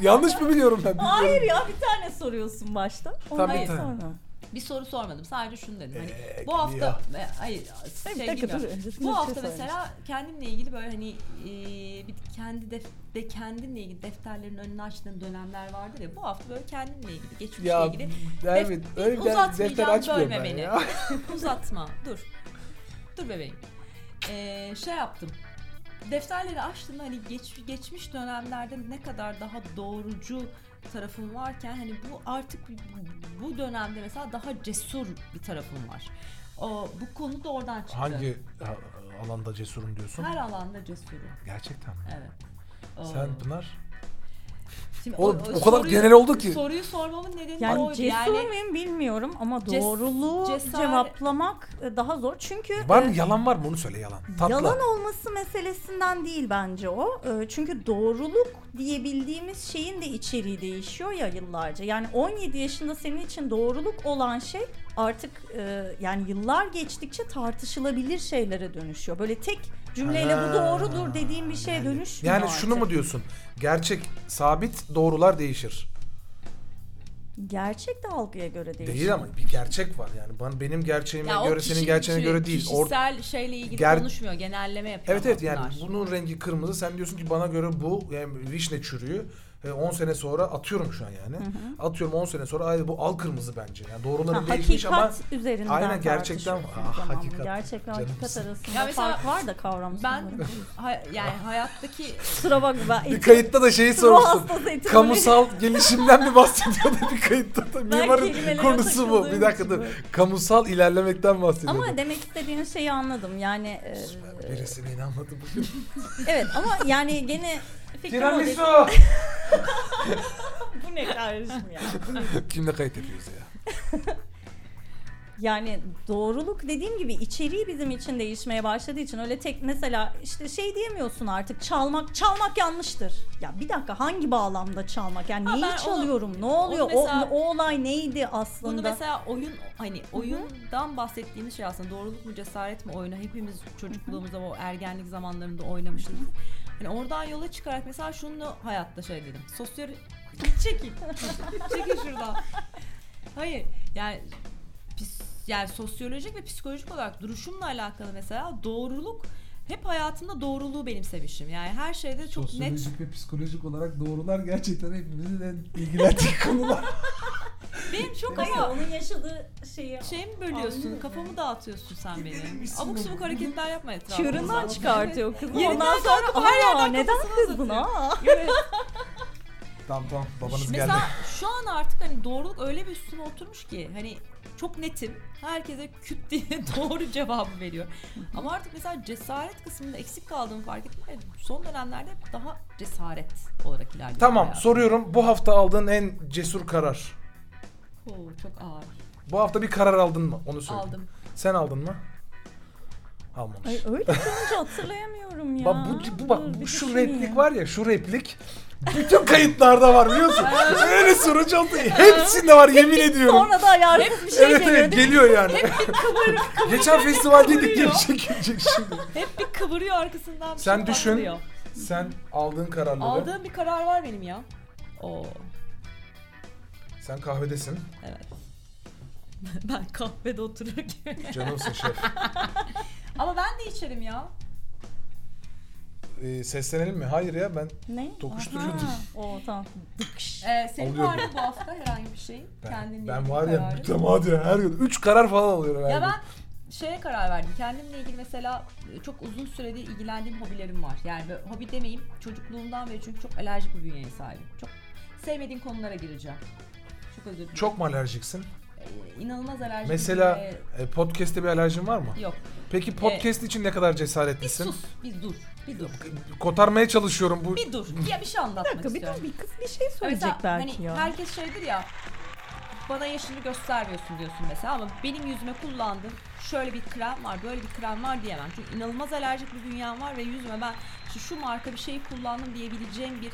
Speaker 2: Yanlış mı biliyorum ben? Bilmiyorum.
Speaker 1: Hayır ya bir tane soruyorsun başta. Ondan
Speaker 2: Tabii, tabii.
Speaker 1: sonra.
Speaker 3: bir soru sormadım. Sadece şunu dedim. Hani
Speaker 2: Ee,
Speaker 3: bu hafta
Speaker 2: ya.
Speaker 3: e, hayır şey
Speaker 1: bir dakika
Speaker 3: bilmiyorum.
Speaker 1: dur. Öncesinde bir
Speaker 3: Bu hafta
Speaker 1: şey söyle.
Speaker 3: mesela kendimle ilgili böyle hani e, bir kendi def, de kendimle ilgili defterlerin önünü açtığım dönemler vardır ya. Bu hafta böyle kendimle ilgili, geçmişle
Speaker 2: Ya
Speaker 3: ilgili
Speaker 2: David öyle bir
Speaker 3: uzatmayacağım,
Speaker 2: defter açmıyorum ben
Speaker 3: bölmemeli.
Speaker 2: ya.
Speaker 3: [laughs] Uzatma. Dur. Dur bebeğim. Ee, şey yaptım. Defterleri açtığımda hani geç, geçmiş dönemlerde ne kadar daha doğrucu tarafım varken hani bu artık bu- bu dönemde mesela daha cesur bir tarafım var. O, bu konu da oradan çıktı.
Speaker 2: Hangi a- alanda cesurum diyorsun?
Speaker 3: Her alanda cesurum.
Speaker 2: Gerçekten mi?
Speaker 3: Evet. O-
Speaker 2: Sen Pınar?
Speaker 3: Şimdi
Speaker 2: Oğlum o kadar genel oldu ki.
Speaker 3: Soruyu sormamın nedeni
Speaker 1: Yani
Speaker 3: oydu.
Speaker 1: cesur muyum bilmiyorum ama
Speaker 3: Ces-
Speaker 1: doğruluğu
Speaker 3: cesaret-
Speaker 1: cevaplamak e, daha zor. Çünkü
Speaker 2: Var
Speaker 1: e,
Speaker 2: mı yalan var mı onu söyle yalan. Tatlı.
Speaker 1: Yalan olması meselesinden değil bence o. Ee, Çünkü doğruluk diyebildiğimiz şeyin de içeriği değişiyor ya yıllarca. Yani 17 yaşında senin için doğruluk olan şey artık e, yani yıllar geçtikçe tartışılabilir şeylere dönüşüyor. Böyle tek cümleyle bu doğrudur dediğim bir şeye
Speaker 2: Yani-
Speaker 1: dönüşmüyor
Speaker 2: Yani şunu
Speaker 1: artık.
Speaker 2: mu diyorsun? Gerçek, sabit, doğrular değişir.
Speaker 1: Gerçek de algıya göre değişiyor.
Speaker 2: Değil ama bir gerçek var yani. Ben benim gerçeğime
Speaker 3: Ya o
Speaker 2: göre
Speaker 3: kişi-
Speaker 2: senin gerçeğine göre değil. Or-
Speaker 3: Kişisel şeyle ilgili
Speaker 2: Ger-
Speaker 3: konuşmuyor. Genelleme yapıyor.
Speaker 2: Evet
Speaker 3: ama
Speaker 2: evet yani
Speaker 3: bunlar.
Speaker 2: bunun rengi kırmızı. Sen diyorsun ki bana göre bu yani vişne çürüğü. E, 10 sene sonra atıyorum şu an yani. Atıyorum 10 sene sonra ay bu al kırmızı bence. Yani doğruları
Speaker 1: Ha,
Speaker 2: değişmiş
Speaker 1: hakikat
Speaker 2: ama
Speaker 1: üzerinden
Speaker 2: Aynen, gerçekten-
Speaker 1: tartışıyorsunuz
Speaker 2: Ah,
Speaker 1: ama
Speaker 2: hakikat.
Speaker 1: Gerçekle
Speaker 2: Canım.
Speaker 1: hakikat arasında
Speaker 3: Ya mesela
Speaker 1: fark var da kavram.
Speaker 3: Ben [laughs] ha- yani hayattaki
Speaker 1: Sıra bak ben [laughs]
Speaker 2: bir kayıtta da şeyi
Speaker 1: Ruh
Speaker 2: sormuşsun.
Speaker 1: hastası etimoloji-
Speaker 2: Kamusal gelişimden mi bahsediyordu [laughs] bir kayıtta da?
Speaker 1: Ben
Speaker 2: Mimarın
Speaker 1: kelimelere
Speaker 2: konusu bu.
Speaker 1: takıldığım
Speaker 2: Bir dakika
Speaker 1: için
Speaker 2: dur.
Speaker 1: böyle.
Speaker 2: Kamusal ilerlemekten bahsediyordu.
Speaker 1: Ama demek istediğin şeyi anladım. Yani e,
Speaker 2: Birisi beni anladı bugün.
Speaker 1: evet ama yani gene fikrim o değil.
Speaker 2: Tiramisu!
Speaker 1: Bu ne kardeşim ya?
Speaker 2: [laughs] Kimle kayıt yapıyoruz ya?
Speaker 1: Yani doğruluk dediğim gibi içeriği bizim için değişmeye başladığı için öyle tek mesela işte şey diyemiyorsun artık çalmak çalmak yanlıştır. Ya bir dakika hangi bağlamda çalmak? Yani
Speaker 3: Ha,
Speaker 1: neyi
Speaker 3: ben onu-
Speaker 1: çalıyorum? ne oluyor?
Speaker 3: onu mesela-
Speaker 1: o, o olay neydi
Speaker 3: bunu
Speaker 1: aslında?
Speaker 3: mesela oyun hani oyundan bahsettiğimiz şey aslında doğruluk mu cesaret mi oyunu hepimiz çocukluğumuzda o ergenlik zamanlarında oynamıştık. Hani oradan yola çıkarak mesela şunu hayatta şey dedim. Sosyal [laughs] çekin. çekin şuradan. Hayır. Yani pis, yani sosyolojik ve psikolojik olarak duruşumla alakalı mesela doğruluk hep hayatımda doğruluğu benimsemişim. Yani her şeyde çok net
Speaker 4: Sosyolojik ve psikolojik olarak doğrular gerçekten hepimizin en ilgilendiği konular.
Speaker 3: benim çok
Speaker 1: Hayır,
Speaker 3: ama
Speaker 1: onun yaşadığı şeyi
Speaker 3: Şey mi bölüyorsun? Kafamı dağıtıyorsun sen benim. Abuk subuk hareketler yapma etrafımıza.
Speaker 1: çığırından çıkartıyor kızı.
Speaker 3: Yerinden
Speaker 1: Ondan sonra
Speaker 3: her
Speaker 1: "Aa,
Speaker 3: yerden
Speaker 1: neden
Speaker 3: kafasına
Speaker 1: kızdın ha?
Speaker 2: [laughs]
Speaker 3: Evet.
Speaker 2: Tamam tamam babanız geldi.
Speaker 3: Mesela şu an artık hani doğruluk öyle bir üstüme oturmuş ki hani çok netim. Herkese küt diye [laughs] doğru cevabı veriyor. Ama artık mesela cesaret kısmında eksik kaldığımı fark ettim. ve Son dönemlerde hep daha cesaret olarak ilerliyorum.
Speaker 2: Tamam
Speaker 3: hayatım.
Speaker 2: soruyorum bu hafta aldığın en cesur karar.
Speaker 3: Oo, çok ağır.
Speaker 2: Bu hafta bir karar aldın mı? Onu söyle.
Speaker 3: Aldım.
Speaker 2: Sen aldın mı? Almamış.
Speaker 1: Ay öyle sorunca hatırlayamıyorum ya.
Speaker 2: Bak bu, bu bak
Speaker 1: Dur, bir
Speaker 2: bu şu
Speaker 1: düşüneyim.
Speaker 2: replik var ya şu replik bütün kayıtlarda var biliyorsun. Öyle soru çaldı. Hepsinde var yemin ediyorum.
Speaker 1: Sonra da ayarsız bir şey
Speaker 2: evet
Speaker 1: geliyor değil
Speaker 2: evet
Speaker 1: mi?
Speaker 2: geliyor yani. [laughs] Geçen festivaldeydik gelecek şey gelecek şimdi.
Speaker 3: Hep bir kıvırıyor arkasından bir
Speaker 2: Sen
Speaker 3: şey
Speaker 2: düşün.
Speaker 3: patlıyor.
Speaker 2: Sen aldığın kararları.
Speaker 3: Aldığım bir karar var benim ya. Oo. [laughs]
Speaker 2: Sen kahvedesin.
Speaker 3: Evet. ben kahvede otururken.
Speaker 2: Canımsın şef.
Speaker 3: Ama ben de içerim ya.
Speaker 2: Ee, seslenelim mi? Hayır ya ben
Speaker 1: Ne?
Speaker 2: tokuşturuyordum.
Speaker 1: Ha, o tamam. Dıkş.
Speaker 3: Ee, senin
Speaker 2: Alıyorum.
Speaker 3: var mı bu hafta herhangi bir şey?
Speaker 2: Ben,
Speaker 3: Kendinle
Speaker 2: ben
Speaker 3: ilgili
Speaker 2: var ya
Speaker 3: kararın?
Speaker 2: mütemadi ya, her gün. Üç karar falan alıyorum her
Speaker 3: Ya
Speaker 2: gün.
Speaker 3: ben şeye karar verdim. Kendimle ilgili mesela e, çok uzun süredir ilgilendiğim hobilerim var. Yani böyle hobi demeyeyim çocukluğumdan beri çünkü çok alerjik bir bünyeye sahibim. Çok sevmediğim konulara gireceğim. Çok özür dilerim.
Speaker 2: Çok mu alerjiksin?
Speaker 3: E, inanılmaz alerjim.
Speaker 2: Mesela
Speaker 3: Ee,
Speaker 2: e, podcast'te bir alerjin var mı?
Speaker 3: yok.
Speaker 2: Peki podcast için ne kadar cesaretlisin?
Speaker 3: Sus, bir dur, bir dur.
Speaker 2: Kotarmaya çalışıyorum bu.
Speaker 3: Bir dur. Ya bir şey anlatmak
Speaker 1: dakika bir
Speaker 3: istiyorum.
Speaker 1: dur bir kız bir şey söyleyecek
Speaker 3: Mesela
Speaker 1: belki
Speaker 3: hani
Speaker 1: ya.
Speaker 3: Herkes şeydir ya bana yaşını göstermiyorsun diyorsun mesela ama benim yüzüme kullandığım şöyle bir krem var böyle bir krem var diyemem. Çünkü inanılmaz alerjik bir dünyam var ve yüzüme ben işte şu marka bir şeyi kullandım diyebileceğim bir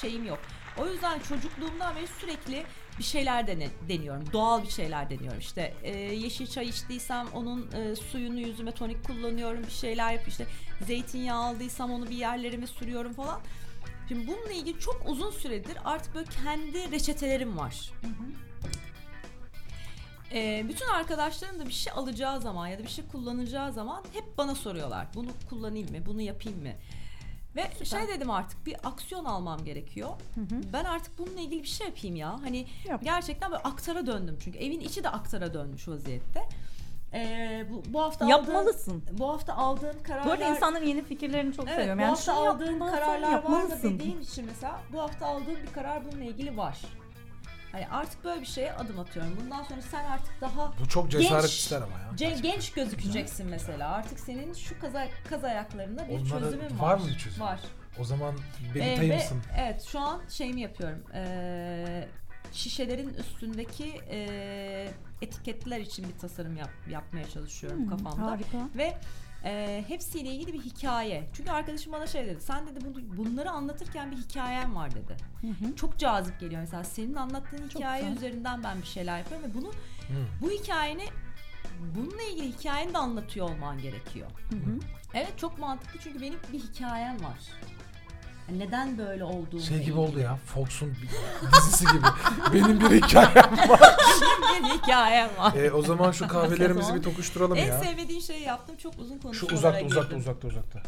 Speaker 3: şeyim yok. O yüzden çocukluğumdan beri sürekli bir şeyler dene, deniyorum. Doğal bir şeyler deniyorum. İşte e, yeşil çay içtiysem onun e, suyunu yüzüme tonik kullanıyorum. Bir şeyler yap işte zeytinyağı aldıysam onu bir yerlerime sürüyorum falan. Şimdi bununla ilgili çok uzun süredir artık böyle kendi reçetelerim var. Ee, bütün arkadaşlarım da bir şey alacağı zaman ya da bir şey kullanacağı zaman hep bana soruyorlar. Bunu kullanayım mı? Bunu yapayım mı? Ve şey dedim artık bir aksiyon almam gerekiyor. Ben artık bununla ilgili bir şey yapayım ya. Hani
Speaker 1: Yap.
Speaker 3: gerçekten böyle aktara döndüm çünkü evin içi de aktara dönmüş vaziyette. Ee, bu, bu hafta aldığım,
Speaker 1: Yapmalısın.
Speaker 3: bu hafta aldığım kararlar
Speaker 1: Bu arada insanların yeni fikirlerini çok
Speaker 3: Evet,
Speaker 1: seviyorum.
Speaker 3: bu
Speaker 1: Yani
Speaker 3: hafta
Speaker 1: şunu
Speaker 3: aldığın
Speaker 1: yapmalısın,
Speaker 3: kararlar var mı
Speaker 1: yapmalısın.
Speaker 3: dediğin için mesela bu hafta aldığın bir karar bununla ilgili var. Hani artık böyle bir şeye adım atıyorum. Bundan sonra sen artık daha
Speaker 2: Bu çok cesaret
Speaker 3: Genç.
Speaker 2: ister ama ya.
Speaker 3: ce- genç gözükeceksin mesela. Artık senin şu kaz, kaz ayaklarında bir
Speaker 2: Onlara
Speaker 3: çözümün var.
Speaker 2: var mı bir çözüm?
Speaker 3: Var.
Speaker 2: O zaman beni
Speaker 3: Ee, ve-
Speaker 2: tayımsın.
Speaker 3: evet şu an şeyimi yapıyorum. Ee, şişelerin üstündeki ee, etiketler için bir tasarım yap, yapmaya çalışıyorum
Speaker 1: Hmm,
Speaker 3: kafamda
Speaker 1: Harika.
Speaker 3: ve e, hepsiyle ilgili bir hikaye. Çünkü arkadaşım bana şey dedi. Sen dedi bunu, bunları anlatırken bir hikayen var dedi. Çok cazip geliyor mesela senin anlattığın hikaye
Speaker 1: güzel.
Speaker 3: üzerinden ben bir şeyler yapıyorum ve bunu
Speaker 2: Hı.
Speaker 3: bu hikayeni bununla ilgili hikayeni de anlatıyor olman gerekiyor.
Speaker 1: hı.
Speaker 3: Evet çok mantıklı çünkü benim bir hikayem var. Yani neden böyle olduğunu.
Speaker 2: Şey gibi oldu ya. Fox'un bir dizisi gibi. Benim bir [laughs] hikayem.
Speaker 3: Benim bir hikayem var.
Speaker 2: Ee, o zaman şu kahvelerimizi
Speaker 3: Sezon.
Speaker 2: bir tokuşturalım
Speaker 3: en
Speaker 2: ya.
Speaker 3: sevmediğin şeyi yaptım. Çok uzun
Speaker 2: Şu
Speaker 3: konuşmalara
Speaker 2: uzakta
Speaker 3: girdim.
Speaker 2: uzakta uzakta uzakta.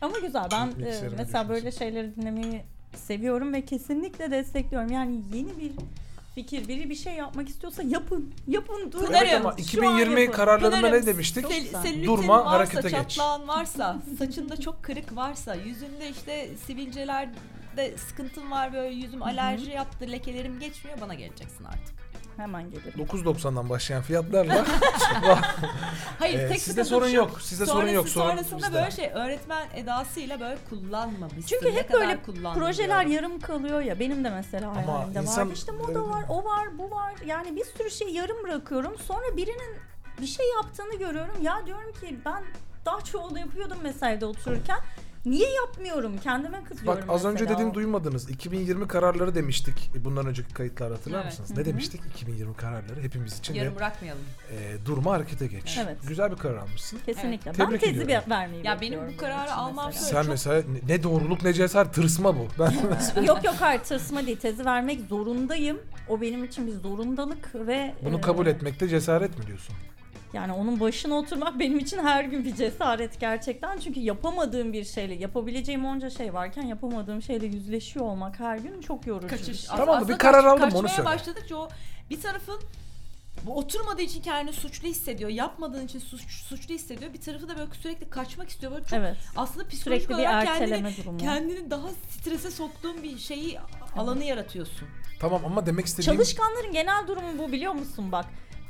Speaker 1: Ama güzel. Ben
Speaker 2: Çok
Speaker 1: e,
Speaker 2: mikserime
Speaker 1: mesela böyle
Speaker 2: düşmüşsün.
Speaker 1: şeyleri dinlemeyi seviyorum ve kesinlikle destekliyorum. Yani yeni bir fikir, biri bir şey yapmak istiyorsa yapın. Yapın durun.
Speaker 3: Pınar'ım,
Speaker 2: ama
Speaker 1: Şu an
Speaker 2: 2020
Speaker 1: yapın.
Speaker 2: kararlarında
Speaker 3: Pınar'ım,
Speaker 2: ne demiştik?
Speaker 1: çok-
Speaker 3: Sel-
Speaker 1: güzel.
Speaker 3: selülitin
Speaker 2: Durma,
Speaker 3: varsa,
Speaker 2: harekete geç.
Speaker 3: çatlağın varsa, saçında çok kırık varsa, yüzünde işte sivilcelerde sıkıntın var böyle yüzüm alerji yaptı, lekelerim geçmiyor bana geleceksin artık.
Speaker 1: Hemen gelirim.
Speaker 2: 9.90'dan başlayan
Speaker 3: [laughs]
Speaker 2: fiyatlarla
Speaker 3: Hayır,
Speaker 2: Ee,
Speaker 3: tek
Speaker 2: sizde
Speaker 3: sıkıntı
Speaker 2: sorun
Speaker 3: şu,
Speaker 2: yok. Sizde sorun
Speaker 3: sonrası-
Speaker 2: yok. Sorun
Speaker 3: sonrasında
Speaker 2: bizde.
Speaker 3: böyle şey öğretmen edasıyla böyle kullanmamışsın.
Speaker 1: Çünkü
Speaker 3: ne
Speaker 1: hep
Speaker 3: kadar
Speaker 1: böyle
Speaker 3: kullandın
Speaker 1: projeler
Speaker 3: diyorum.
Speaker 1: yarım kalıyor ya. Benim de mesela
Speaker 2: Ama
Speaker 1: hayalimde
Speaker 2: insan-
Speaker 1: var. İşte moda var, o var, bu var. Yani bir sürü şey yarım bırakıyorum. Sonra birinin bir şey yaptığını görüyorum. Ya diyorum ki ben daha çoğunu yapıyordum mesela evde otururken. Niye yapmıyorum? Kendime kızıyorum
Speaker 2: Bak az önce
Speaker 1: mesela.
Speaker 2: dediğim duymadınız. 2020 kararları demiştik. E, Bundan önceki kayıtlarda hatırlar
Speaker 3: Evet.
Speaker 2: mısınız? Ne demiştik? 2020 kararları hepimiz için de
Speaker 3: Yarım bırakmayalım.
Speaker 2: e, durma harekete geç.
Speaker 1: Evet.
Speaker 2: Güzel bir karar almışsın.
Speaker 1: Kesinlikle.
Speaker 2: Evet.
Speaker 1: Ben
Speaker 2: Tebrik
Speaker 1: tezi
Speaker 2: ediyorum.
Speaker 1: bir vermeyi
Speaker 3: Ya benim
Speaker 1: bekliyorum
Speaker 3: bu kararı
Speaker 1: bunun için
Speaker 3: almam
Speaker 1: mesela.
Speaker 2: Sen
Speaker 3: çok-
Speaker 2: mesela ne- ne doğruluk ne cesaret tırsma bu.
Speaker 1: [laughs]
Speaker 2: Ben
Speaker 1: yok yok hayır tırsma değil tezi vermek zorundayım. O benim için bir zorundalık ve
Speaker 2: bunu
Speaker 1: e,
Speaker 2: kabul etmekte cesaret mi diyorsun?
Speaker 1: Yani onun başına oturmak benim için her gün bir cesaret gerçekten. Çünkü yapamadığım bir şeyle yapabileceğim onca şey varken yapamadığım şeyle yüzleşiyor olmak her gün çok yorucu. bir
Speaker 3: Kaçış.
Speaker 1: şey.
Speaker 2: Tamam
Speaker 3: As-
Speaker 2: da bir
Speaker 3: aslında
Speaker 2: karar aldım, onu
Speaker 3: kaçmaya
Speaker 2: söyle.
Speaker 3: başladıkça o bir tarafın bu oturmadığı için kendini suçlu hissediyor. Yapmadığın için suç, suçlu hissediyor. Bir tarafı da böyle sürekli kaçmak istiyor. Böyle çok
Speaker 1: Evet.
Speaker 3: aslında psikolojik
Speaker 1: Sürekli bir
Speaker 3: olarak
Speaker 1: erteleme
Speaker 3: kendini,
Speaker 1: durumu.
Speaker 3: kendini daha strese soktuğun bir şeyi alanı yaratıyorsun.
Speaker 2: Tamam ama demek istediğim
Speaker 1: Çalışkanların genel durumu bu biliyor musun bak.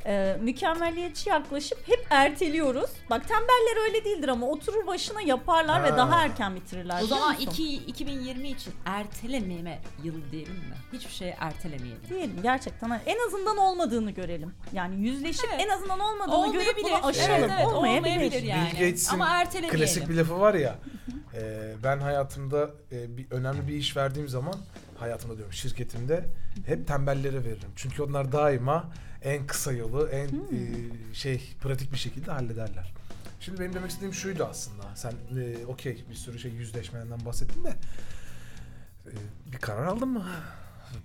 Speaker 1: Ee, mükemmeliyetçi yaklaşıp hep erteliyoruz. Bak tembeller öyle değildir ama oturur başına yaparlar
Speaker 2: Ha.
Speaker 1: ve daha erken bitirirler.
Speaker 3: o
Speaker 1: biliyor
Speaker 3: zaman
Speaker 1: musun?
Speaker 3: iki, 2020 için ertelememe yılı diyelim mi? Hiçbir şeye ertelemeyelim.
Speaker 1: diyelim gerçekten en azından olmadığını görelim. Yani yüzleşip
Speaker 3: Evet.
Speaker 1: en azından olmadığını görüp bunu aşalım.
Speaker 2: Evet, evet,
Speaker 1: olmayabilir.
Speaker 3: yani.
Speaker 2: Gates'in
Speaker 3: Ama ertelemeyelim.
Speaker 2: klasik bir lafı var ya. [laughs] e, ben hayatımda e, bir önemli bir iş verdiğim zaman hayatımda diyorum şirketimde hep tembellere veririm. Çünkü onlar daima en kısa yolu, en e, şey pratik bir şekilde hallederler. Şimdi benim demek istediğim şuydu aslında. Sen e, okey bir sürü şey yüzleşmelerinden bahsettin de e, bir karar aldın mı?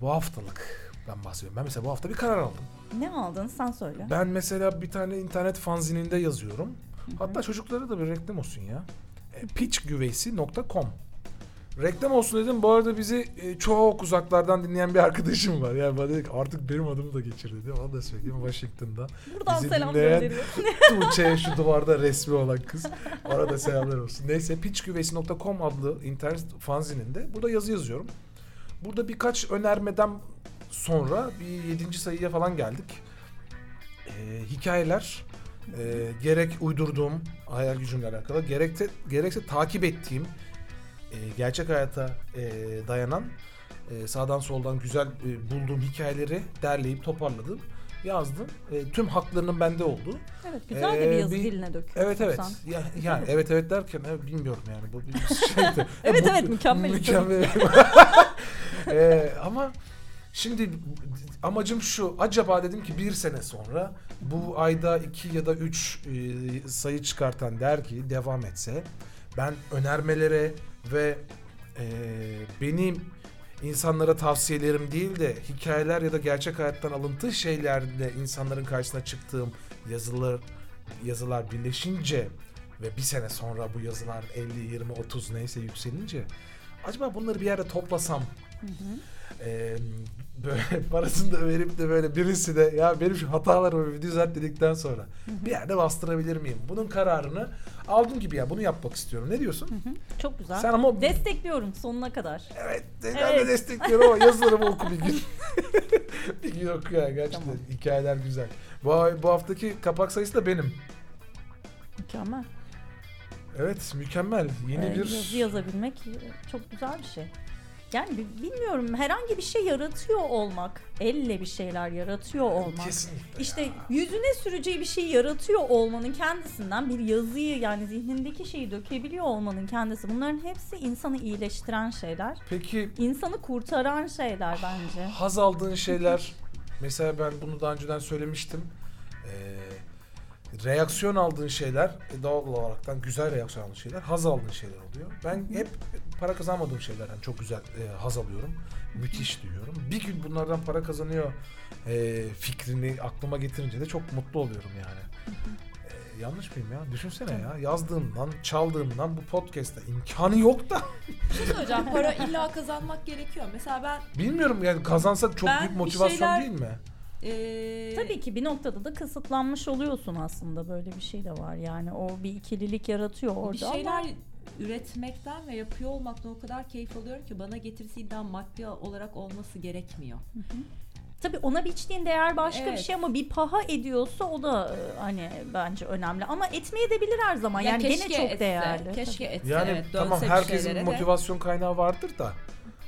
Speaker 2: Bu haftalık ben bahsediyorum. Ben mesela bu hafta bir karar aldım.
Speaker 1: Ne aldın sen söyle.
Speaker 2: Ben mesela bir tane internet fanzininde yazıyorum. Hatta çocuklara da bir reklam olsun ya. E, pitchgüveysi.com Reklam olsun dedim. Bu arada bizi e, çok uzaklardan dinleyen bir arkadaşım var. Yani bana dedi ki artık benim adımı da geçir dedi. Onu da söyleyeyim Washington'da.
Speaker 1: Buradan
Speaker 2: bizi
Speaker 1: selam
Speaker 2: dinleyen-
Speaker 1: gönderiyorum.
Speaker 2: [laughs] Tuğçe'ye şu duvarda resmi olan kız. Orada selamlar olsun. Neyse pitchgüveysi.com adlı internet fanzininde burada yazı yazıyorum. Burada birkaç önermeden sonra bir 7. sayıya falan geldik. e, hikayeler e, gerek uydurduğum hayal gücümle alakalı gerek de, gerekse takip ettiğim e, gerçek hayata e, dayanan e, sağdan soldan güzel e, bulduğum hikayeleri derleyip toparladım yazdım. E, tüm haklarının bende olduğu.
Speaker 1: Evet güzel de bir
Speaker 2: Ee,
Speaker 1: yazı
Speaker 2: bir-
Speaker 1: diline döküyorsun
Speaker 2: Evet evet.
Speaker 1: sen.
Speaker 2: Ya, yani evet evet derken e, bilmiyorum yani bu bir şey şeydi. Ya,
Speaker 1: Evet,
Speaker 2: E, bu-
Speaker 1: evet, mükemmel.
Speaker 2: Mükemmel. [laughs] Ee, ama şimdi amacım şu. Acaba dedim ki bir sene sonra bu ayda iki ya da üç e, sayı çıkartan dergi devam etse ben önermelere ve e, benim insanlara tavsiyelerim değil de hikayeler ya da gerçek hayattan alıntı şeylerle insanların karşısına çıktığım yazılar yazılar birleşince ve bir sene sonra bu yazılar 50, 20, 30 neyse yükselince acaba bunları bir yerde toplasam eee, böyle [laughs] parasını da verip de böyle birisi de ya benim şu hatalarımı bir düzelt dedikten sonra bir yerde bastırabilir miyim? Bunun kararını aldım gibi ya bunu yapmak istiyorum. Ne diyorsun?
Speaker 1: Çok güzel.
Speaker 2: Sen ama
Speaker 1: Destekliyorum sonuna kadar.
Speaker 2: evet, ben de
Speaker 1: Evet.
Speaker 2: destekliyorum ama yazılarımı oku
Speaker 1: [laughs]
Speaker 2: bir gün. bir gün oku ya gerçekten
Speaker 1: Tamam.
Speaker 2: hikayeler güzel. Bu, bu haftaki kapak sayısı da benim.
Speaker 1: Mükemmel.
Speaker 2: Evet mükemmel. Yeni
Speaker 1: Ee,
Speaker 2: bir
Speaker 1: yazı yazabilmek çok güzel bir şey. Yani bi- bilmiyorum herhangi bir şey yaratıyor olmak, elle bir şeyler yaratıyor olmak.
Speaker 2: Kesinlikle.
Speaker 1: İşte yüzüne süreceği bir şey yaratıyor olmanın kendisinden bir yazıyı yani zihnindeki şeyi dökebiliyor olmanın kendisi. Bunların hepsi insanı iyileştiren şeyler.
Speaker 2: Peki
Speaker 1: insanı kurtaran şeyler bence.
Speaker 2: haz aldığın şeyler mesela ben bunu daha önceden söylemiştim. Ee, reaksiyon aldığın şeyler e, doğal olaraktan güzel reaksiyon aldığın şeyler haz aldığın şeyler oluyor. Ben hep para kazanmadığım şeylerden çok güzel e, haz alıyorum. Müthiş diyorum. Bir gün bunlardan para kazanıyor e, fikrini aklıma getirince de çok mutlu oluyorum yani. E, yanlış mıyım ya? Düşünsene ya. Yazdığımdan, çaldığımdan bu podcast'ta imkanı yok da.
Speaker 3: Bir şey söyleyeceğim. Para illa kazanmak gerekiyor. Mesela ben
Speaker 2: Bilmiyorum yani kazansak çok
Speaker 3: Ben
Speaker 2: büyük
Speaker 3: bir
Speaker 2: motivasyon
Speaker 3: şeyler-
Speaker 2: değil mi?
Speaker 3: eee
Speaker 1: Tabii ki bir noktada da kısıtlanmış oluyorsun aslında böyle bir şey de var yani o bir ikililik yaratıyor orada
Speaker 3: bir şeyler
Speaker 1: ama
Speaker 3: üretmekten ve yapıyor olmaktan o kadar keyif alıyorum ki bana getirisi illa maddi olarak olması gerekmiyor.
Speaker 1: tabii ona biçtiğin değer başka bir
Speaker 3: Evet.
Speaker 1: şey ama bir paha ediyorsa o da e, hani bence önemli ama etmeye de bilir her zaman
Speaker 3: Ya
Speaker 1: yani
Speaker 3: keşke
Speaker 1: gene çok
Speaker 3: etse,
Speaker 1: değerli.
Speaker 3: Keşke etse
Speaker 2: Yani
Speaker 3: evet. dönse
Speaker 2: tamam
Speaker 3: bir
Speaker 2: herkesin
Speaker 3: şeylere
Speaker 2: bir
Speaker 3: de.
Speaker 2: motivasyon kaynağı vardır da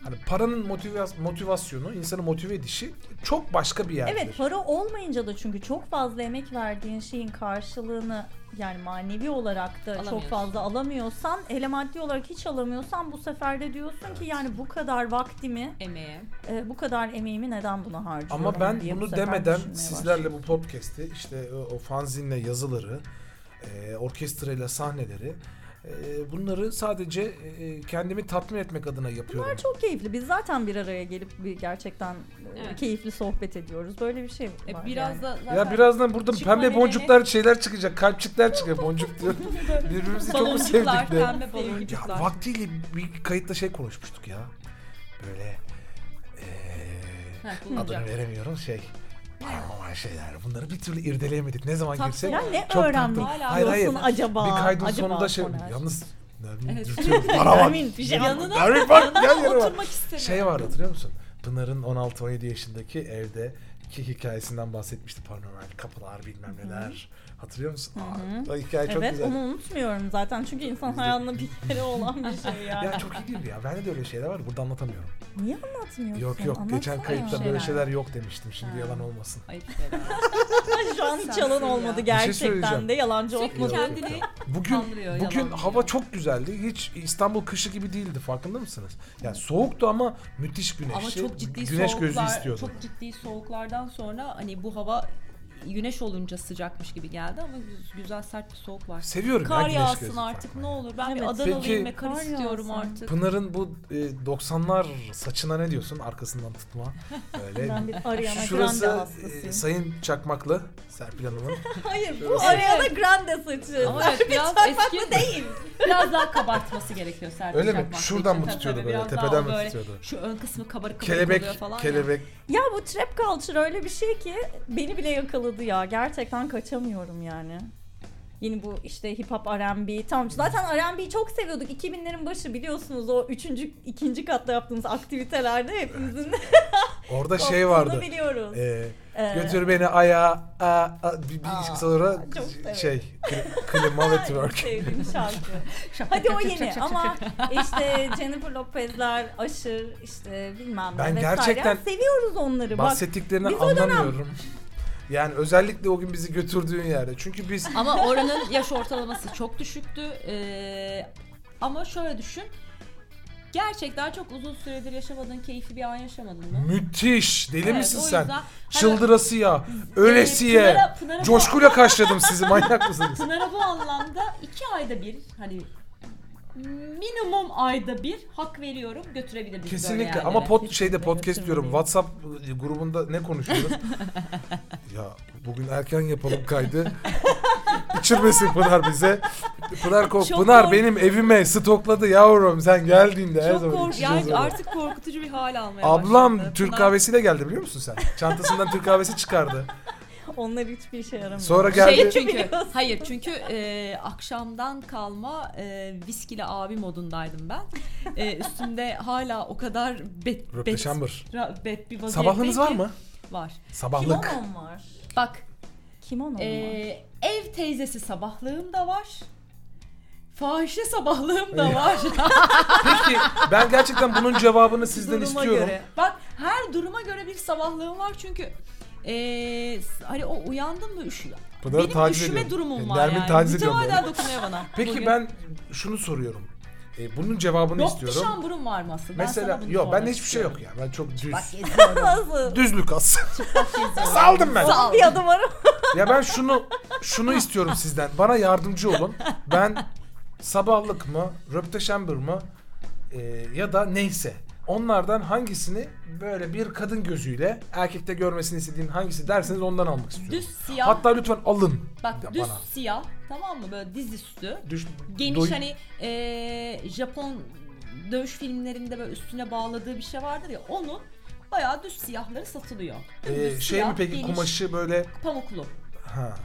Speaker 2: hani paranın motiva- motivasyonu, insanı motive edişi çok başka bir yerdir.
Speaker 1: Evet para olmayınca da çünkü çok fazla emek verdiğin şeyin karşılığını yani manevi olarak da çok
Speaker 3: Alamıyorsun.
Speaker 1: fazla alamıyorsan hele maddi olarak hiç alamıyorsan bu sefer de diyorsun ki yani bu kadar vaktimi
Speaker 3: emeğe.
Speaker 1: e, bu kadar emeğimi neden buna harcıyorum
Speaker 2: Ama ben
Speaker 1: diye bu
Speaker 2: bunu
Speaker 1: sefer
Speaker 2: demeden
Speaker 1: düşünmeye
Speaker 2: sizlerle bu podcast'i işte o, o fanzinle yazıları, e, orkestrayla sahneleri e, bunları sadece e, kendimi tatmin etmek adına yapıyorum.
Speaker 1: başlıyorum. çok keyifli. Biz zaten bir araya gelip bir gerçekten e,
Speaker 3: Evet.
Speaker 1: keyifli sohbet ediyoruz. Böyle bir şey var.
Speaker 3: E, biraz
Speaker 1: yani.
Speaker 3: da zaten
Speaker 2: Ya birazdan burada
Speaker 3: Çıkma
Speaker 2: pembe
Speaker 3: nedeni-
Speaker 2: boncuklar şeyler çıkacak, kalpçikler çıkacak, boncuk
Speaker 3: [laughs]
Speaker 2: diyorum. Birbirimizi çok mu
Speaker 3: baloncuklar,
Speaker 2: sevdik de.
Speaker 3: pembe
Speaker 2: Ya
Speaker 3: baloncuklar.
Speaker 2: vaktiyle bir kayıtta şey konuşmuştuk ya. Böyle
Speaker 3: Ha,
Speaker 2: eee
Speaker 3: bulunacak.
Speaker 2: adını veremiyorum şey. Paranormal şeyler. Bunları bir türlü irdeleyemedik. Ne zaman
Speaker 3: Taktın.
Speaker 2: girsek
Speaker 1: ya ne
Speaker 2: çok
Speaker 1: öğrenmek
Speaker 2: taktım.
Speaker 1: istiyorsun
Speaker 2: Hayır, hayır.
Speaker 1: acaba?
Speaker 2: bir kaydın
Speaker 1: acaba
Speaker 2: sonunda şey
Speaker 1: Soner?
Speaker 2: yalnız Nermin
Speaker 3: Evet.
Speaker 1: [laughs]
Speaker 2: dürtüyor. Para var.
Speaker 1: Nermin, bir şey
Speaker 3: Yanına-
Speaker 2: Nermin bak gel
Speaker 3: Yanına
Speaker 2: yanıma.
Speaker 3: oturmak istemiyorum.
Speaker 2: Şey var hatırlıyor musun? Pınar'ın 16-17 yaşındaki evde ki hikayesinden bahsetmişti paranormal kapılar bilmem neler. Hatırlıyor musun? Aa, o hikaye çok
Speaker 1: evet
Speaker 2: güzel.
Speaker 1: onu unutmuyorum zaten çünkü insan
Speaker 2: Bizde-
Speaker 1: hayalinde bir kere olan [laughs] bir şey yani.
Speaker 2: Ya çok iyi değil mi ya? Bende de öyle şeyler var. Burada anlatamıyorum.
Speaker 1: Niye anlatmıyorsun?
Speaker 2: Yok yok geçen
Speaker 1: Anlatsana.
Speaker 2: kayıtta böyle
Speaker 3: şeyler.
Speaker 2: şeyler yok demiştim şimdi
Speaker 3: Ha.
Speaker 2: yalan olmasın.
Speaker 3: Ayıp şeyler.
Speaker 1: Şu an hiç
Speaker 3: Sen
Speaker 1: yalan
Speaker 3: ya.
Speaker 1: olmadı
Speaker 3: Bir şey
Speaker 1: gerçekten
Speaker 2: söyleyeceğim.
Speaker 1: de yalancı
Speaker 3: Sürekli
Speaker 1: olmadı.
Speaker 3: kendini
Speaker 2: Bugün
Speaker 3: Kandırıyor,
Speaker 2: bugün
Speaker 3: yalanlıyor.
Speaker 2: hava çok güzeldi. Hiç İstanbul kışı gibi değildi farkında mısınız? Yani soğuktu ama müthiş güneşti.
Speaker 3: ama çok ciddi
Speaker 2: Şey, Güneş gözü
Speaker 3: soğuklar,
Speaker 2: istiyordu.
Speaker 3: çok ciddi soğuklardan sonra hani bu hava güneş olunca sıcakmış gibi geldi ama güz- güzel sert bir soğuk var.
Speaker 2: Seviyorum ya
Speaker 3: Kar
Speaker 2: güneş
Speaker 3: yağsın
Speaker 2: gözü
Speaker 3: artık
Speaker 2: falan.
Speaker 3: ne olur. Ben bir
Speaker 1: Evet.
Speaker 2: Peki-
Speaker 3: Adanalıyım ve kar
Speaker 1: Kar
Speaker 3: istiyorum
Speaker 1: yağsın.
Speaker 3: artık.
Speaker 2: Pınar'ın bu e, 90'lar saçına ne diyorsun? Arkasından tutma.
Speaker 1: [laughs]
Speaker 2: Böyle.
Speaker 1: Ben bir Ariana Grande
Speaker 2: E, Şurası e,
Speaker 1: hastasıyım.
Speaker 2: Sayın Çakmaklı Serpil Hanım'ın.
Speaker 3: [laughs]
Speaker 1: Hayır bu Ariana Grande saçı.
Speaker 3: Ama evet, biraz eski değil. biraz daha kabartması gerekiyor Serpil
Speaker 2: Öyle mi?
Speaker 3: Çakmak
Speaker 2: Şuradan
Speaker 3: için.
Speaker 2: mı
Speaker 3: Tabii
Speaker 2: tutuyordu
Speaker 3: tabii,
Speaker 2: böyle,
Speaker 3: biraz daha
Speaker 2: tepeden
Speaker 3: o
Speaker 2: mi
Speaker 3: böyle
Speaker 2: tutuyordu?
Speaker 3: Şu ön kısmı kabarık kabarık oluyor
Speaker 2: kelebek,
Speaker 3: falan ya.
Speaker 2: kelebek.
Speaker 1: Ya bu trap culture öyle bir şey ki beni bile yakaladı ya. Gerçekten kaçamıyorum yani. Yeni bu işte hip hop R&B tam zaten R&B'yi çok seviyorduk. 2000'lerin başı biliyorsunuz o üçüncü, ikinci katta yaptığımız aktivitelerde hepimizin
Speaker 2: Orada [laughs] şey
Speaker 1: koptuğunu
Speaker 2: vardı.
Speaker 1: biliyoruz.
Speaker 2: Ee,
Speaker 1: Ee, [laughs]
Speaker 2: götür beni ayağa. A, a, bir, bir
Speaker 1: Aa,
Speaker 2: ilişki sonra
Speaker 1: çok severim.
Speaker 2: şey kli- klima ve twerk. [laughs]
Speaker 1: sevdiğim şarkı. Hadi o yeni ama işte Jennifer Lopez'ler, Aşır işte bilmem ne
Speaker 2: Ben
Speaker 1: vesaire.
Speaker 2: gerçekten
Speaker 1: seviyoruz onları. Bak
Speaker 2: Bahsettiklerini
Speaker 1: biz o dönem-
Speaker 2: anlamıyorum. Yani özellikle o gün bizi götürdüğün yerde. Çünkü biz
Speaker 3: Ama oranın yaş ortalaması çok düşüktü. Ee, ama şöyle düşün. Gerçekten çok uzun süredir yaşamadığın keyifli bir an yaşamadın mı?
Speaker 2: müthiş. Deli
Speaker 3: Evet,
Speaker 2: misin
Speaker 3: o
Speaker 2: sen?
Speaker 3: yüzden- Hani,
Speaker 2: Çıldırasıya,
Speaker 3: e,
Speaker 2: ölesiye.
Speaker 3: Pınar'a- Pınar'a bu-
Speaker 2: Coşkuyla karşıladım sizi manyak mısınız?
Speaker 3: Pınar'a bu anlamda iki ayda bir hani minimum ayda bir hak veriyorum götürebilir bizi böyle
Speaker 2: Kesinlikle
Speaker 3: yerlere.
Speaker 2: ama pod, şeyde
Speaker 3: Kesinlikle
Speaker 2: podcast diyorum.
Speaker 3: götürmeliyim.
Speaker 2: WhatsApp e, grubunda ne
Speaker 3: [laughs]
Speaker 2: konuşuyoruz? ya bugün erken yapalım kaydı. İçirmesin Pınar bize. Pınar kork.
Speaker 3: Çok
Speaker 2: Pınar
Speaker 3: kork-
Speaker 2: benim evime stokladı yavrum. Sen geldiğinde her
Speaker 3: Çok
Speaker 2: zaman
Speaker 3: kork
Speaker 2: içeceğiz
Speaker 3: yani
Speaker 2: öyle.
Speaker 3: artık korkutucu bir hal almaya
Speaker 2: Ablam
Speaker 3: başladı.
Speaker 2: Türk
Speaker 3: Pınar-
Speaker 2: kahvesiyle geldi biliyor musun sen? Çantasından Türk kahvesi çıkardı.
Speaker 1: onlar hiçbir işe yaramıyor.
Speaker 2: Sonra geldi.
Speaker 3: Şey çünkü,
Speaker 1: Biliyorsun.
Speaker 3: hayır çünkü e, akşamdan kalma e, viskili abi modundaydım ben. E, üstümde hala o kadar bet, bet,
Speaker 2: Röpteşambır.
Speaker 3: ra- bet bir vaziyette
Speaker 2: Sabahlığınız var
Speaker 3: ki-
Speaker 2: mı?
Speaker 3: Var.
Speaker 2: Sabahlık.
Speaker 1: Kimonom var.
Speaker 3: Bak
Speaker 1: Kimonom
Speaker 3: e,
Speaker 1: var.
Speaker 3: ev teyzesi sabahlığım da var. Fahişe sabahlığım da var.
Speaker 2: Peki ben gerçekten bunun cevabını sizden
Speaker 1: Duruma
Speaker 2: istiyorum.
Speaker 1: göre.
Speaker 3: Bak her duruma göre bir sabahlığım var çünkü e, hani o uyandım mı üşüyor.
Speaker 2: Pınar'ı
Speaker 3: Benim
Speaker 2: taciz
Speaker 3: üşüme
Speaker 2: ediyorum. E,
Speaker 3: durumum var
Speaker 2: Nermin
Speaker 3: yani.
Speaker 2: taciz ediyor
Speaker 3: Mütemadiyen dokunuyor bana.
Speaker 2: Peki
Speaker 3: bugün.
Speaker 2: ben şunu soruyorum. E, bunun cevabını
Speaker 3: Yok
Speaker 2: istiyorum.
Speaker 3: şamburum var mı aslında? Ben
Speaker 2: Mesela
Speaker 3: sana bunu
Speaker 2: yok ben
Speaker 3: sormak
Speaker 2: hiçbir şey
Speaker 3: istiyorum.
Speaker 2: yok ya. Ben çok düz.
Speaker 1: Nasıl?
Speaker 2: [laughs] Düzlük az. [laughs] Saldım ben.
Speaker 3: Sal.
Speaker 1: Bir adım var
Speaker 2: ya ben şunu şunu istiyorum sizden. Bana yardımcı olun. Ben sabahlık mı, röpteşember mı e, ya da neyse. Onlardan hangisini böyle bir kadın gözüyle erkekte görmesini istediğin hangisi derseniz ondan almak istiyorum.
Speaker 3: Düz siyah.
Speaker 2: Hatta lütfen alın.
Speaker 3: bak
Speaker 2: de
Speaker 3: düz
Speaker 2: bana.
Speaker 3: siyah tamam mı böyle dizüstü.
Speaker 2: Düş,
Speaker 3: Geniş
Speaker 2: doy-
Speaker 3: hani eee, Japon dövüş filmlerinde böyle üstüne bağladığı bir şey vardır ya onun bayağı düz siyahları satılıyor.
Speaker 2: e,
Speaker 3: Dümdüz
Speaker 2: şey
Speaker 3: siyah,
Speaker 2: mi peki
Speaker 3: geniş,
Speaker 2: kumaşı böyle
Speaker 3: Pamuklu.
Speaker 2: ha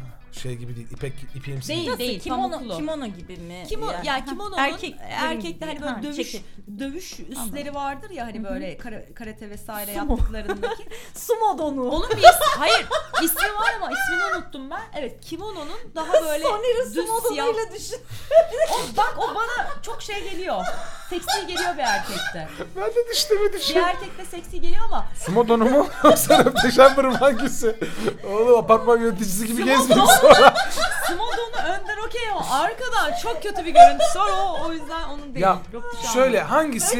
Speaker 2: şey gibi değil. İpek ipeğimsi
Speaker 3: Değil.
Speaker 2: gibi.
Speaker 1: kimono,
Speaker 3: pamuklu.
Speaker 1: kimono gibi mi?
Speaker 3: Kimo,
Speaker 1: Yani-
Speaker 3: yani
Speaker 1: Ha,
Speaker 3: kimononun
Speaker 1: erkek,
Speaker 3: erkekte hani böyle
Speaker 1: Ha,
Speaker 3: dövüş
Speaker 1: ceket.
Speaker 3: dövüş üstleri vardır ya hani
Speaker 1: Hı hı.
Speaker 3: böyle kara- karate vesaire
Speaker 1: Sumo. [laughs]
Speaker 3: yaptıklarındaki.
Speaker 1: Sumo donu.
Speaker 3: Onun bir ismi, hayır ismi var ama ismini unuttum ben. Evet kimono'nun daha böyle
Speaker 1: Soner'i
Speaker 3: düz
Speaker 1: sumo
Speaker 3: siyah.
Speaker 1: donuyla düşün.
Speaker 3: O, bak o bana çok şey geliyor. Seksi geliyor bir erkekte.
Speaker 2: Ben de şey. dişleme
Speaker 3: Bir
Speaker 2: düşüyorum.
Speaker 3: erkekte seksi geliyor ama
Speaker 2: Sumo donu [laughs] mu? Yoksa röpteşemberim hangisi? Oğlum apartman yöneticisi gibi
Speaker 3: Sumo
Speaker 2: gezmeyeyim
Speaker 3: donu.
Speaker 2: sonra.
Speaker 3: Smodon'u önden okey ama arkadan çok kötü bir görüntüsü var o, o yüzden onun değil.
Speaker 2: Ya,
Speaker 3: Yok, şu an.
Speaker 2: Şöyle hangisi?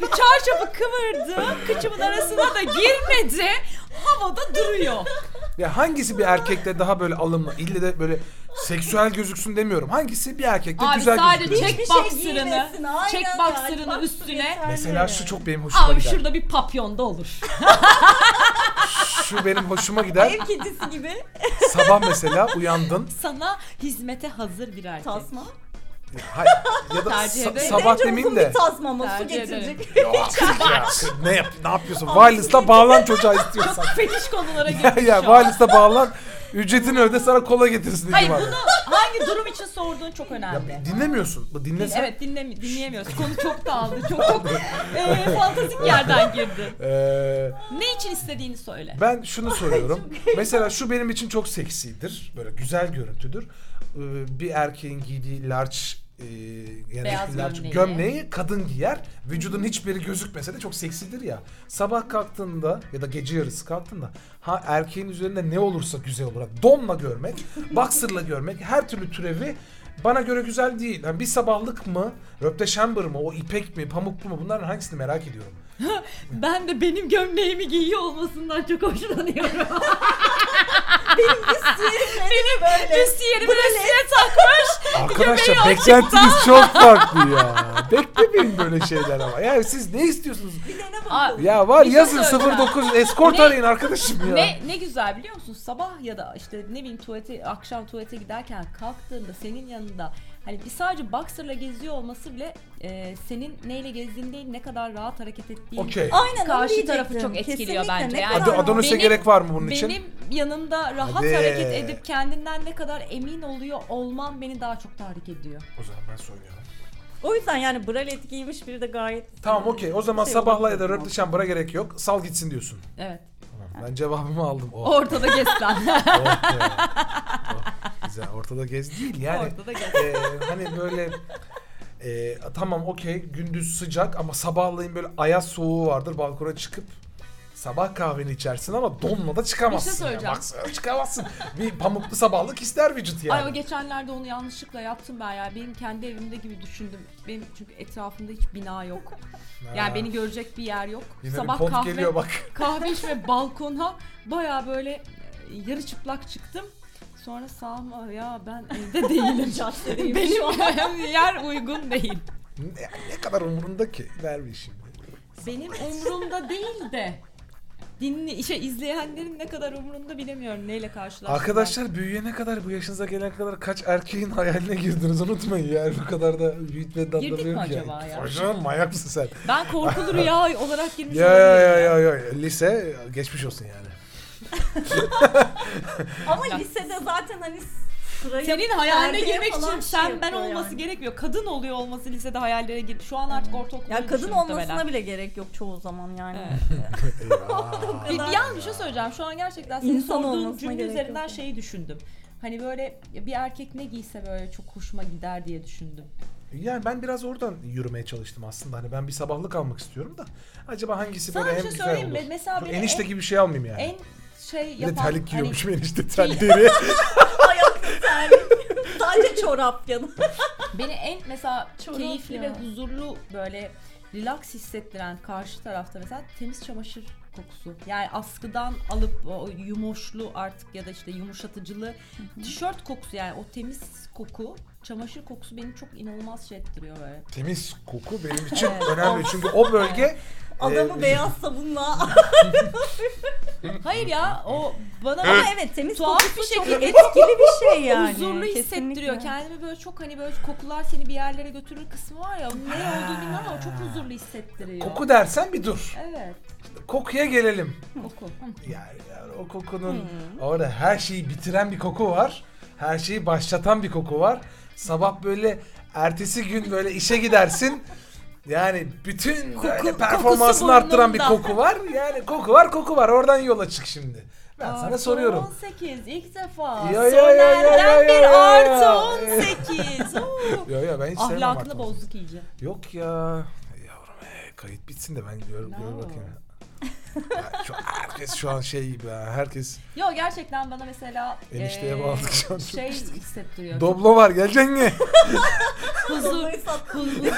Speaker 3: Bir çarşafı kıvırdı, kıçımın arasına da girmedi, havada duruyor.
Speaker 2: Ya hangisi bir erkekte daha böyle alımlı? İlle de böyle seksüel gözüksün demiyorum. Hangisi bir erkekte
Speaker 3: Abi
Speaker 2: güzel
Speaker 3: sadece
Speaker 2: gözüksün?
Speaker 3: check
Speaker 1: Hiçbir şey
Speaker 3: boxer'ını,
Speaker 1: giymesin, aynen
Speaker 3: check
Speaker 1: ya,
Speaker 3: boxer'ını
Speaker 1: boxer
Speaker 3: üstüne.
Speaker 1: yeterli.
Speaker 2: Mesela şu çok benim hoşuma
Speaker 3: Abi
Speaker 2: gider.
Speaker 3: şurada bir papyon da olur.
Speaker 2: Şu benim hoşuma
Speaker 3: [laughs]
Speaker 2: gider.
Speaker 1: Ev kedisi gibi.
Speaker 2: Sabah mesela uyandın.
Speaker 3: Sana hizmete hazır bir erkek.
Speaker 1: Tasma.
Speaker 2: Hayır, ya da
Speaker 3: Tercih
Speaker 2: sa-
Speaker 3: ederim.
Speaker 2: sabah
Speaker 1: Bence
Speaker 2: demeyeyim
Speaker 1: uzun
Speaker 2: de.
Speaker 1: bir tasma ama su
Speaker 3: Tercih ederim.
Speaker 1: getirecek.
Speaker 3: [laughs]
Speaker 2: Ya, ya, ne yap ne yapıyorsun? Wireless'la bağlan çocuğa istiyorsan.
Speaker 3: Fetiş
Speaker 2: [laughs]
Speaker 3: konulara
Speaker 2: ya
Speaker 3: girmiş
Speaker 2: ya
Speaker 3: şu an.
Speaker 2: wireless'la bağlan. Ücretini öde sana kola getirsin. iki
Speaker 3: Hayır
Speaker 2: bari.
Speaker 3: bunu hangi durum için sorduğun çok önemli.
Speaker 2: Ya dinlemiyorsun. Bu dinlesen.
Speaker 3: Evet dinlemi dinleyemiyoruz. Konu çok dağıldı. Çok çok [laughs] eee, fantastik yerden girdi.
Speaker 2: Ee,
Speaker 3: Ne için istediğini söyle.
Speaker 2: ben şunu soruyorum. Mesela şu benim için çok seksidir. Böyle güzel görüntüdür. Ee, bir erkeğin giydiği large e, yani
Speaker 3: Beyaz
Speaker 2: large
Speaker 3: gömleği.
Speaker 2: gömleği kadın giyer. Vücudun hiçbiri gözükmese de çok seksidir ya. Sabah kalktığında ya da gece yarısı kalktığında ha erkeğin üzerinde ne olursa güzel olur. Donla
Speaker 3: [laughs]
Speaker 2: görmek, boxer'la görmek her türlü türevi bana göre güzel değil. Yani bir sabahlık mı, röpteşember mı, o ipek mi, pamuklu mu bunların hangisini merak ediyorum.
Speaker 3: Ben de benim gömleğimi giyiyor olmasından çok hoşlanıyorum. [laughs] benim üstü böyle üstüne takmış.
Speaker 2: Arkadaşlar
Speaker 3: Göbeği
Speaker 2: beklentiniz çok farklı ya. Beklemeyin böyle şeyler ama. Yani siz ne istiyorsunuz?
Speaker 1: Dene bak.
Speaker 3: Aa,
Speaker 2: Ya var
Speaker 3: Bir şey
Speaker 2: yazın
Speaker 3: söyleyeceğim.
Speaker 2: 09 eskort
Speaker 3: Ne?
Speaker 2: arayın arkadaşım ya.
Speaker 3: ne, ne güzel biliyor musun? Sabah ya da işte ne bileyim tuvalete, akşam tuvalete giderken kalktığında senin yanında hani bir sadece boxer'la geziyor olması bile e, senin neyle gezdiğin değil ne kadar rahat hareket ettiğin
Speaker 2: Okey.
Speaker 1: Aynen onu
Speaker 3: karşı
Speaker 1: diyecektim.
Speaker 3: tarafı çok etkiliyor
Speaker 1: Kesinlikle,
Speaker 3: bence.
Speaker 1: ne
Speaker 3: Yani
Speaker 2: Ad-
Speaker 1: kadar-
Speaker 2: Adonis'e
Speaker 3: Benim-
Speaker 2: gerek var mı bunun
Speaker 3: Benim
Speaker 2: için?
Speaker 3: yanında rahat
Speaker 2: Hadi.
Speaker 3: hareket edip kendinden ne kadar emin oluyor olman beni daha çok tahrik ediyor.
Speaker 2: O zaman ben soyuyorum.
Speaker 1: O yüzden yani bralet giymiş biri de gayet
Speaker 2: Tamam okey. O zaman
Speaker 1: Şey
Speaker 2: sabahla
Speaker 1: olur.
Speaker 2: ya da röptişen bura gerek yok. Sal gitsin diyorsun.
Speaker 3: Evet.
Speaker 2: Tamam. Ben cevabımı aldım. Oh,
Speaker 3: Ortada gezsen.
Speaker 2: oh be. Oh, güzel. Ortada gez değil [laughs] yani.
Speaker 3: Ortada gez.
Speaker 2: e, hani böyle e, tamam okey gündüz sıcak ama sabahleyin böyle ayaz soğuğu vardır balkona çıkıp sabah kahveni içersin ama donma da çıkamazsın.
Speaker 3: Bir şey
Speaker 2: yani.
Speaker 3: söyleyeceğim.
Speaker 2: Baksana çıkamazsın. bir pamuklu sabahlık ister vücut yani.
Speaker 3: Ay o geçenlerde onu yanlışlıkla yaptım ben ya. Benim kendi evimde gibi düşündüm. Benim çünkü etrafımda hiç bina yok.
Speaker 2: Ha.
Speaker 3: Yani beni görecek bir yer yok.
Speaker 2: Yine bir
Speaker 3: Sabah
Speaker 2: pot
Speaker 3: kahve
Speaker 2: geliyor bak.
Speaker 3: kahve içme balkona baya böyle e, yarı çıplak çıktım. Sonra sağıma ya ben evde [laughs] değilim.
Speaker 1: caddedeyim şu an.
Speaker 3: Benim yer uygun değil.
Speaker 2: Ne, ne kadar umurunda ki? Ver bir şimdi.
Speaker 3: Benim umurumda değil de dinli işe izleyenlerin ne kadar umurunda bilemiyorum neyle karşılaştılar.
Speaker 2: Arkadaşlar büyüyene kadar bu yaşınıza gelene kadar kaç erkeğin hayaline girdiniz unutmayın ya. Bu kadar da büyütmeden
Speaker 3: Girdik mi
Speaker 2: anlamıyorum ki.
Speaker 3: acaba ya?
Speaker 2: Hocam manyak mısın sen?
Speaker 3: ben korkulu rüya olarak girmiş
Speaker 2: Ya ya ya
Speaker 3: olabilirim.
Speaker 2: ya ya. Lise geçmiş olsun yani.
Speaker 1: Ama lisede zaten hani sırayı
Speaker 3: Senin hayaline
Speaker 1: perdeye
Speaker 3: girmek
Speaker 1: falan
Speaker 3: için
Speaker 1: şey
Speaker 3: sen ben
Speaker 1: yapıyor
Speaker 3: olması
Speaker 1: yani.
Speaker 3: gerekmiyor. Kadın oluyor olması lisede hayallere gir. Şu an artık ortaokulda.
Speaker 1: Ya kadın
Speaker 3: yetişiyor
Speaker 1: olmasına
Speaker 3: muhtemelen.
Speaker 1: bile gerek yok çoğu zaman yani.
Speaker 3: Evet.
Speaker 2: Eyvah.
Speaker 1: [laughs]
Speaker 3: Bir, yalnız bir şey söyleyeceğim. Şu an gerçekten senin
Speaker 1: İnsan
Speaker 3: sorduğun
Speaker 1: olmasına
Speaker 3: cümle
Speaker 1: gerek
Speaker 3: üzerinden
Speaker 1: yok.
Speaker 3: şeyi düşündüm. Hani böyle bir erkek ne giyse böyle çok hoşuma gider diye düşündüm.
Speaker 2: Yani ben biraz oradan yürümeye çalıştım aslında. Hani ben bir sabahlık almak istiyorum da. Acaba hangisi
Speaker 3: Sana
Speaker 2: böyle
Speaker 3: bir
Speaker 2: hem
Speaker 3: şey
Speaker 2: güzel
Speaker 3: söyleyeyim
Speaker 2: olur?
Speaker 3: mi? Mesela
Speaker 2: Dur,
Speaker 3: beni
Speaker 2: enişte
Speaker 3: en-
Speaker 2: gibi bir şey almayayım yani.
Speaker 3: En şey
Speaker 2: Bir de
Speaker 3: yapan...
Speaker 2: terlik giyiyormuşum enişte
Speaker 3: Şey-
Speaker 2: terliği.
Speaker 1: Ayaklı terlik. Sadece çorap yanı.
Speaker 3: Hani [laughs] beni en mesela
Speaker 1: Çorap
Speaker 3: keyifli
Speaker 1: ya.
Speaker 3: ve huzurlu böyle relax hissettiren karşı tarafta mesela temiz çamaşır kokusu. Yani askıdan alıp o yumoşlu artık ya da işte yumuşatıcılı tişört kokusu yani o temiz koku çamaşır kokusu beni çok inanılmaz şey ettiriyor böyle.
Speaker 2: Temiz koku benim için
Speaker 3: Evet.
Speaker 2: önemli. Çünkü o bölge
Speaker 1: Adamı
Speaker 2: e,
Speaker 1: beyaz sabunla.
Speaker 3: Hayır ya o
Speaker 1: [laughs]
Speaker 3: bana
Speaker 1: Ama evet temiz
Speaker 3: Tuhaf
Speaker 1: kokusu
Speaker 3: bir
Speaker 1: çok
Speaker 3: şekilde-
Speaker 1: etkili bir
Speaker 3: [laughs]
Speaker 1: şey yani.
Speaker 3: huzurlu hissettiriyor.
Speaker 1: Kesinlikle.
Speaker 3: Kendimi böyle çok hani böyle kokular seni bir yerlere götürür kısmı var ya. onun Ne olduğunu bilmiyorum ama çok huzurlu hissettiriyor.
Speaker 2: koku dersen bir dur.
Speaker 3: Evet
Speaker 2: Kokuya gelelim.
Speaker 3: koku. Hı.
Speaker 2: Yani, yani o kokunun orada her şeyi bitiren bir koku var. Her şeyi başlatan bir koku var. Sabah böyle ertesi gün böyle işe gidersin. Yani bütün böyle
Speaker 3: Koku- kokusu
Speaker 2: performansını arttıran bir
Speaker 3: burnunda.
Speaker 2: koku var. Yani koku var koku var. Oradan yola çık şimdi. Ben sana
Speaker 3: Artı
Speaker 2: soruyorum.
Speaker 3: 18 ilk defa.
Speaker 2: Ya, ya, ya, ya, ya,
Speaker 3: Soner'den
Speaker 2: ya,
Speaker 3: bir
Speaker 2: ya, ya.
Speaker 3: artı
Speaker 2: [laughs]
Speaker 3: 18. Oo.
Speaker 2: Yo yo ben hiç sevmem
Speaker 3: Ahlakını
Speaker 2: artmasını.
Speaker 3: bozduk iyice.
Speaker 2: Yok ya. Yavrum e, kayıt bitsin de ben gör,
Speaker 3: No.
Speaker 2: gör bakayım. Ya şu, herkes şu an şey gibi ha, herkes
Speaker 3: Yo gerçekten bana mesela
Speaker 2: Enişteye
Speaker 3: eee,
Speaker 2: bağladık şu an.
Speaker 3: şey hissettiriyor.
Speaker 2: Doblo var geleceksin mi?
Speaker 3: [laughs] huzur, huzur,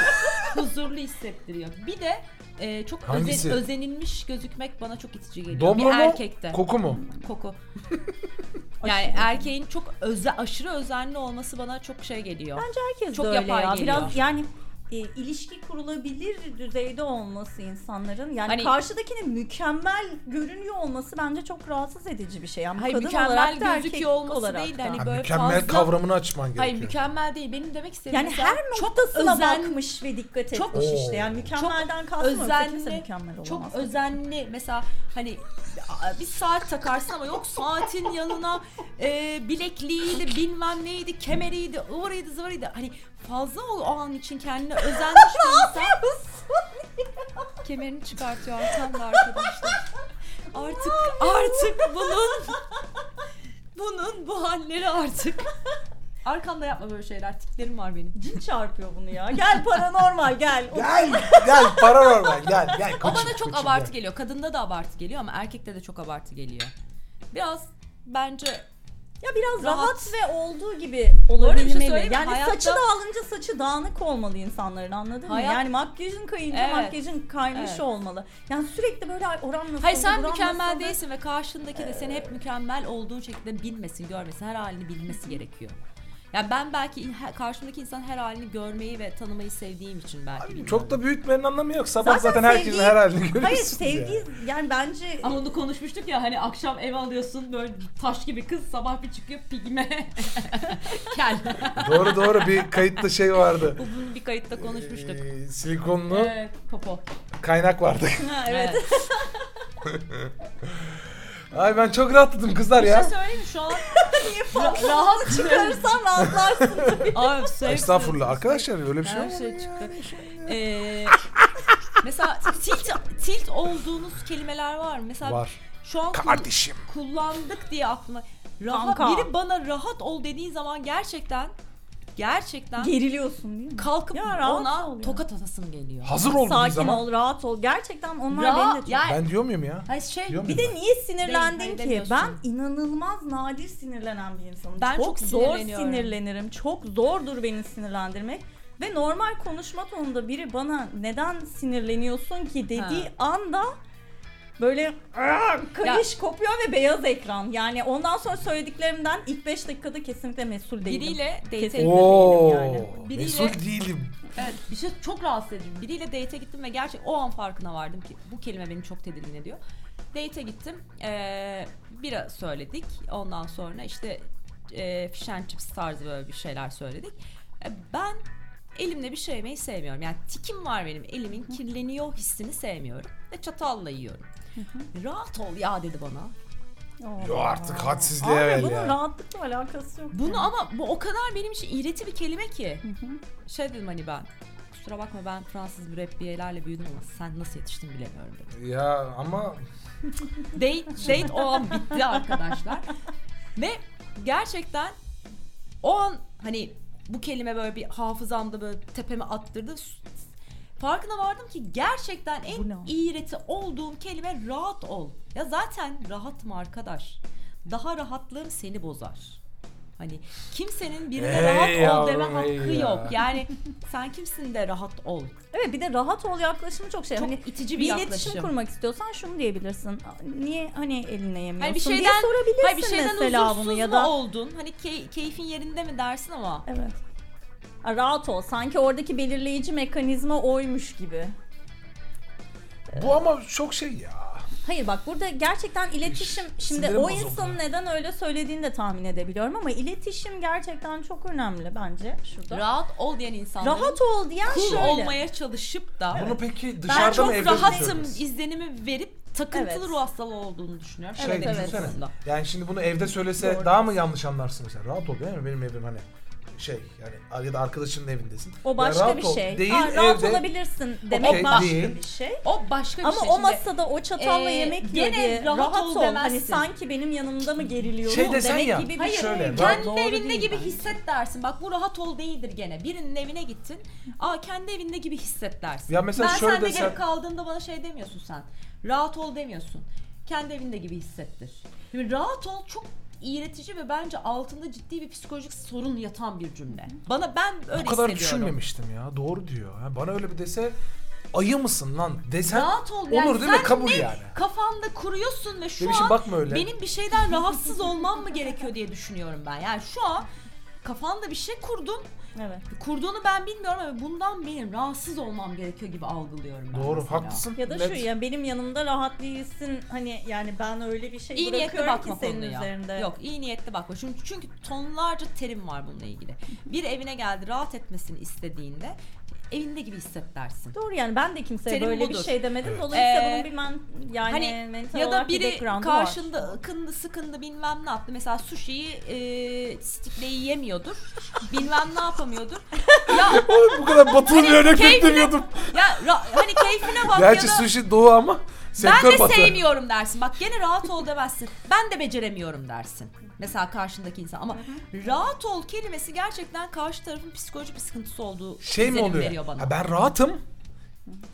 Speaker 3: huzurlu hissettiriyor. Bir de eee, çok özen-
Speaker 2: Hangisi?
Speaker 3: özenilmiş gözükmek bana çok itici geliyor.
Speaker 2: Dobro
Speaker 3: bir
Speaker 2: mu?
Speaker 3: erkekte.
Speaker 2: Koku mu?
Speaker 3: koku.
Speaker 1: [laughs]
Speaker 3: yani erkeğin çok öze, aşırı özenli olması bana çok şey geliyor.
Speaker 1: Herkes
Speaker 3: Çok
Speaker 1: de öyle
Speaker 3: yapay
Speaker 1: ya.
Speaker 3: geliyor.
Speaker 1: Biraz yani e, ilişki kurulabilir düzeyde olması insanların yani
Speaker 3: Hani-
Speaker 1: karşıdakinin mükemmel görünüyor olması bence çok rahatsız edici bir şey. Yani
Speaker 3: Hayır,
Speaker 1: kadın
Speaker 3: mükemmel
Speaker 1: olarak da
Speaker 3: gözüküyor
Speaker 1: erkek
Speaker 3: olması
Speaker 1: olarak
Speaker 3: değil de
Speaker 1: da.
Speaker 3: hani
Speaker 2: Ha,
Speaker 3: böyle
Speaker 2: mükemmel
Speaker 3: fazla-
Speaker 2: kavramını açman gerekiyor.
Speaker 3: Hayır mükemmel değil. Benim demek istediğim
Speaker 1: Yani
Speaker 3: mesela
Speaker 1: her
Speaker 3: çok
Speaker 1: noktasına
Speaker 3: özen-
Speaker 1: bakmış ve dikkat etmiş
Speaker 3: Çok-
Speaker 1: işte. Yani
Speaker 2: Oo.
Speaker 1: mükemmelden
Speaker 3: çok
Speaker 1: kastım yoksa kimse
Speaker 3: özenli,
Speaker 1: mükemmel olamaz.
Speaker 3: Çok özenli mesela hani a- bir saat takarsın ama yok saatin yanına e, bilekliğiydi bilmem neydi kemeriydi oraydı zıvarıydı hani fazla o, o an için kendine özenmiş bir insan. Kemerini çıkartıyor arkamda arkadaşlar. Artık artık bunun bunun bu halleri artık. Arkamda yapma böyle şeyler tiklerim var benim.
Speaker 1: Cin çarpıyor bunu ya. Gel paranormal gel.
Speaker 2: Gel gel paranormal gel gel
Speaker 3: O
Speaker 2: koçum,
Speaker 3: bana çok
Speaker 2: koçum,
Speaker 3: abartı
Speaker 2: gel.
Speaker 3: geliyor. Kadında da abartı geliyor ama erkekte de çok abartı geliyor. Biraz bence
Speaker 1: Ya biraz
Speaker 3: Rahat.
Speaker 1: rahat, ve olduğu gibi
Speaker 3: bir şey
Speaker 1: olabilmeli.
Speaker 3: söyleyeyim mi?
Speaker 1: yani
Speaker 3: Hayatta-
Speaker 1: saçı dağılınca saçı dağınık olmalı insanların anladın
Speaker 3: Hayat-
Speaker 1: mı? Yani makyajın kayınca
Speaker 3: Evet.
Speaker 1: makyajın kaymış
Speaker 3: Evet.
Speaker 1: olmalı. Yani sürekli böyle "Ay, oram nasıl
Speaker 3: Hayır
Speaker 1: oldu,
Speaker 3: sen
Speaker 1: buram
Speaker 3: mükemmel
Speaker 1: nasıldı?"
Speaker 3: değilsin ve karşındaki de seni hep mükemmel olduğun şekilde bilmesin, görmesin, her halini bilmesi gerekiyor. Yani ben belki in- he- karşımdaki insan her halini görmeyi ve tanımayı sevdiğim için belki.
Speaker 2: Abi,
Speaker 3: bilmiyorum.
Speaker 2: Çok da büyütmenin anlamı yok. Sabah zaten,
Speaker 1: Zaten
Speaker 2: herkesin
Speaker 1: sevgi-
Speaker 2: her halini görüyorsun.
Speaker 1: Hayır
Speaker 2: şey yani.
Speaker 1: sevgi yani, bence
Speaker 3: [laughs] ama onu konuşmuştuk ya hani akşam ev alıyorsun böyle taş gibi kız sabah bir çıkıyor [laughs] pigme. Kel.
Speaker 2: Doğru doğru bir kayıtta şey vardı.
Speaker 3: Bu bunu bir kayıtta [laughs] konuşmuştuk.
Speaker 2: Ee, silikonlu
Speaker 3: Evet, popo.
Speaker 2: kaynak vardı.
Speaker 1: Ha, evet.
Speaker 2: [laughs] Ay ben çok rahatladım kızlar
Speaker 3: Bir şey
Speaker 2: ya.
Speaker 3: söyleyeyim mi? şu
Speaker 1: [laughs]
Speaker 3: an?
Speaker 1: Ra- Rahat çıkarırsan
Speaker 3: [laughs]
Speaker 1: rahatlarsın.
Speaker 3: Abi,
Speaker 1: şey
Speaker 3: sevk-
Speaker 2: Estağfurullah arkadaşlar öyle bir şey
Speaker 3: Her
Speaker 2: yok.
Speaker 3: şey çıktı. Ee, mesela tilt, tilt olduğunuz kelimeler var mı? Mesela
Speaker 2: Var.
Speaker 3: şu an kul-
Speaker 2: Kardeşim.
Speaker 3: kullandık diye aklıma. Rahat,
Speaker 1: Kanka.
Speaker 3: biri bana rahat ol dediği zaman gerçekten gerçekten
Speaker 1: Geriliyorsun değil mi?
Speaker 3: kalkıp
Speaker 1: Ya rahat
Speaker 3: ona
Speaker 1: ol ya.
Speaker 3: tokat atasım geliyor.
Speaker 2: Hazır olduğun
Speaker 1: Sakin
Speaker 2: zaman.
Speaker 1: ol, rahat ol. Gerçekten onlar
Speaker 3: Ra-
Speaker 1: beni de çok...
Speaker 3: yani-
Speaker 2: Ben diyor muyum ya?
Speaker 3: Hayır şey
Speaker 2: Diyor
Speaker 1: Bir
Speaker 2: muyum?
Speaker 1: de niye
Speaker 3: Değil,
Speaker 1: sinirlendin
Speaker 3: hayır
Speaker 1: ki?
Speaker 3: demiyorsun.
Speaker 1: Ben inanılmaz nadir sinirlenen bir insanım.
Speaker 3: Ben
Speaker 1: çok,
Speaker 3: çok
Speaker 1: zor
Speaker 3: sinirleniyorum.
Speaker 1: sinirlenirim. Çok zordur beni sinirlendirmek. Ve normal konuşma tonunda biri bana neden sinirleniyorsun ki dediği anda böyle "Aa!" kayış kopuyor ve beyaz ekran. Yani ondan sonra söylediklerimden ilk 5 dakikada kesinlikle mesul değilim.
Speaker 3: biriyle date
Speaker 1: Kesinlikle.
Speaker 2: Oo.
Speaker 1: yani.
Speaker 3: Biriyle-
Speaker 2: Mesul değilim.
Speaker 3: Evet bir şey çok rahatsız edici. Biriyle date'e gittim ve gerçek o an farkına vardım ki bu kelime beni çok tedirgin ediyor. Date'e gittim. Ee, bira söyledik. Ondan sonra işte e, fish and chips tarzı böyle bir şeyler söyledik. E, ben elimle bir şey yemeyi sevmiyorum. Yani tikim var benim. Elimin kirleniyor hissini sevmiyorum. Ve çatalla yiyorum. Rahat ol ya dedi bana.
Speaker 1: Oo.
Speaker 2: Yo artık hadsizliğe
Speaker 1: Abi
Speaker 2: ver
Speaker 1: bunun
Speaker 2: ya.
Speaker 1: rahatlıkla alakası yok.
Speaker 3: Bunu
Speaker 1: yani.
Speaker 3: ama bu o kadar benim için iğreti bir kelime ki. Şey dedim hani ben. Kusura bakma ben Fransız mürebbiyelerle büyüdüm ama sen nasıl yetiştin bilemiyorum dedim.
Speaker 2: Ya ama
Speaker 3: Date, date o an bitti arkadaşlar. Ve gerçekten o an hani bu kelime böyle bir hafızamda böyle tepeme attırdı. Farkına vardım ki gerçekten
Speaker 1: Bu ne?
Speaker 3: en iğreti olduğum kelime rahat ol. Ya zaten rahatım arkadaş. Daha rahatlığım seni bozar. Hani kimsenin birine
Speaker 2: Hey
Speaker 3: rahat ol deme
Speaker 2: yavrum, hey
Speaker 3: hakkı
Speaker 2: ya.
Speaker 3: yok. Yani sen kimsin de rahat ol.
Speaker 1: Evet bir de rahat ol yaklaşımı çok şey.
Speaker 3: Çok
Speaker 1: hani
Speaker 3: itici bir,
Speaker 1: bir iletişim
Speaker 3: yaklaşım.
Speaker 1: kurmak istiyorsan şunu diyebilirsin. Niye hani eline yemiyorsun
Speaker 3: Hani bir
Speaker 1: diye
Speaker 3: şeyden
Speaker 1: sorabilirsin
Speaker 3: Hayır bir şeyden
Speaker 1: mesela
Speaker 3: huzursuz
Speaker 1: bunu ya
Speaker 3: mu
Speaker 1: da
Speaker 3: oldun? Hani key- keyfin yerinde mi dersin ama.
Speaker 1: evet. Ha, Rahat ol. Sanki oradaki belirleyici mekanizma oymuş gibi.
Speaker 2: bu ama çok şey ya.
Speaker 1: Hayır bak burada gerçekten iletişim şimdi
Speaker 2: sinirim
Speaker 1: o
Speaker 2: bozuldu.
Speaker 1: insanın neden öyle söylediğini de tahmin edebiliyorum ama iletişim gerçekten çok önemli bence şurada.
Speaker 3: Rahat ol diyen insanların
Speaker 1: Rahat ol diyen
Speaker 3: cool
Speaker 1: şöyle.
Speaker 3: olmaya çalışıp da
Speaker 2: Bunu şey peki
Speaker 3: ben
Speaker 2: dışarıda mı
Speaker 3: çok
Speaker 2: evde mi
Speaker 3: rahatım
Speaker 2: söylüyorsun?
Speaker 3: izlenimi verip takıntılı
Speaker 1: Evet.
Speaker 3: ruh hastalığı olduğunu düşünüyorum.
Speaker 2: Şey
Speaker 1: Evet, evet.
Speaker 2: düşünsene.
Speaker 3: aslında.
Speaker 2: Yani şimdi bunu evde söylese
Speaker 1: Doğru.
Speaker 2: daha mı yanlış anlarsın mesela? Rahat ol değil mi? Benim evim hani şey yani ya da arkadaşının evindesin.
Speaker 1: O
Speaker 2: Ya
Speaker 1: başka
Speaker 2: rahat
Speaker 1: bir
Speaker 2: ol
Speaker 1: şey.
Speaker 2: Değil
Speaker 1: Ha, rahat
Speaker 2: evde.
Speaker 1: olabilirsin demek
Speaker 2: Okey,
Speaker 1: başka
Speaker 2: değil.
Speaker 1: bir şey.
Speaker 3: O başka bir
Speaker 1: Ama
Speaker 3: şey.
Speaker 1: o
Speaker 3: Şimdi
Speaker 1: masada o çatalla
Speaker 3: Ee,
Speaker 1: yemek yiyor
Speaker 3: gene
Speaker 1: diye rahat,
Speaker 3: rahat ol
Speaker 1: ol. Hani
Speaker 3: demezsin.
Speaker 1: sanki benim yanımda mı geriliyorum
Speaker 2: Şey desen
Speaker 1: demek
Speaker 2: ya,
Speaker 1: gibi bir
Speaker 3: hayır,
Speaker 1: şey.
Speaker 2: şöyle,
Speaker 1: Ya,
Speaker 2: rahat-
Speaker 3: kendi
Speaker 1: doğru
Speaker 3: evinde
Speaker 1: değil
Speaker 3: gibi
Speaker 1: bence.
Speaker 3: hisset dersin. Bak bu rahat ol değildir gene. Birinin evine gittin. Aa kendi evinde gibi hisset dersin.
Speaker 2: Ya mesela
Speaker 3: ben
Speaker 2: şöyle
Speaker 3: sende
Speaker 2: desen-
Speaker 3: gelip kaldığımda bana şey demiyorsun sen. Rahat ol demiyorsun. Kendi evinde gibi hissettir. Şimdi rahat ol çok iğretici ve bence altında ciddi bir psikolojik sorun yatan bir cümle. Bana ben öyle
Speaker 2: Bu kadar
Speaker 3: hissediyorum.
Speaker 2: düşünmemiştim ya. Doğru diyor. Ha, bana öyle bir dese ayı mısın lan desen
Speaker 3: Rahat ol.
Speaker 2: olur
Speaker 3: Yani
Speaker 2: değil mi?
Speaker 3: sen
Speaker 2: Kabul
Speaker 3: ne
Speaker 2: yani.
Speaker 3: Kafanda kuruyorsun ve şu
Speaker 2: Demişim
Speaker 3: an
Speaker 2: bakma öyle.
Speaker 3: benim bir şeyden rahatsız olmam mı gerekiyor diye düşünüyorum ben. Yani şu an kafanda bir şey kurdun.
Speaker 1: Evet.
Speaker 3: Kurduğunu ben bilmiyorum ama bundan benim rahatsız olmam gerekiyor gibi algılıyorum ben.
Speaker 2: Doğru
Speaker 3: mesela.
Speaker 2: haklısın.
Speaker 1: Ya da
Speaker 2: Net.
Speaker 1: şu ya benim yanımda rahat değilsin. Hani yani ben öyle bir şey
Speaker 3: İyi niyetli
Speaker 1: bırakıyorum ki
Speaker 3: bakma
Speaker 1: senin
Speaker 3: konuya.
Speaker 1: üzerinde.
Speaker 3: Yok iyi niyetli bakma. Çünkü, çünkü tonlarca terim var bununla ilgili. Bir evine geldi rahat etmesini istediğinde evinde gibi hisset dersin.
Speaker 1: Doğru yani ben de kimseye
Speaker 3: Terim
Speaker 1: böyle bir
Speaker 3: budur.
Speaker 1: şey demedim. Dolayısıyla
Speaker 3: Ee,
Speaker 1: bunun bir men, yani
Speaker 3: hani
Speaker 1: mental
Speaker 3: ya da
Speaker 1: olarak bir
Speaker 3: biri
Speaker 1: background'u
Speaker 3: karşında
Speaker 1: var.
Speaker 3: ıkındı sıkındı bilmem ne yaptı. Mesela sushi'yi e, stikleyi yemiyordur. [laughs] bilmem ne yapamıyordur. ya
Speaker 2: Oğlum bu kadar batılı bir örnek
Speaker 3: Hani keyfine-
Speaker 2: beklemiyordum.
Speaker 3: ya ra- hani keyfine bak
Speaker 2: Gerçi
Speaker 3: ya da
Speaker 2: sushi doğu ama
Speaker 3: ben
Speaker 2: sektör
Speaker 3: de
Speaker 2: batı.
Speaker 3: sevmiyorum dersin. Bak gene rahat ol demezsin. Ben de beceremiyorum dersin. Mesela karşındaki insan ama rahat ol kelimesi gerçekten karşı tarafın psikolojik bir sıkıntısı olduğu
Speaker 2: Şey mi
Speaker 3: izlenim
Speaker 2: oluyor?
Speaker 3: veriyor bana.
Speaker 2: Ha, ben rahatım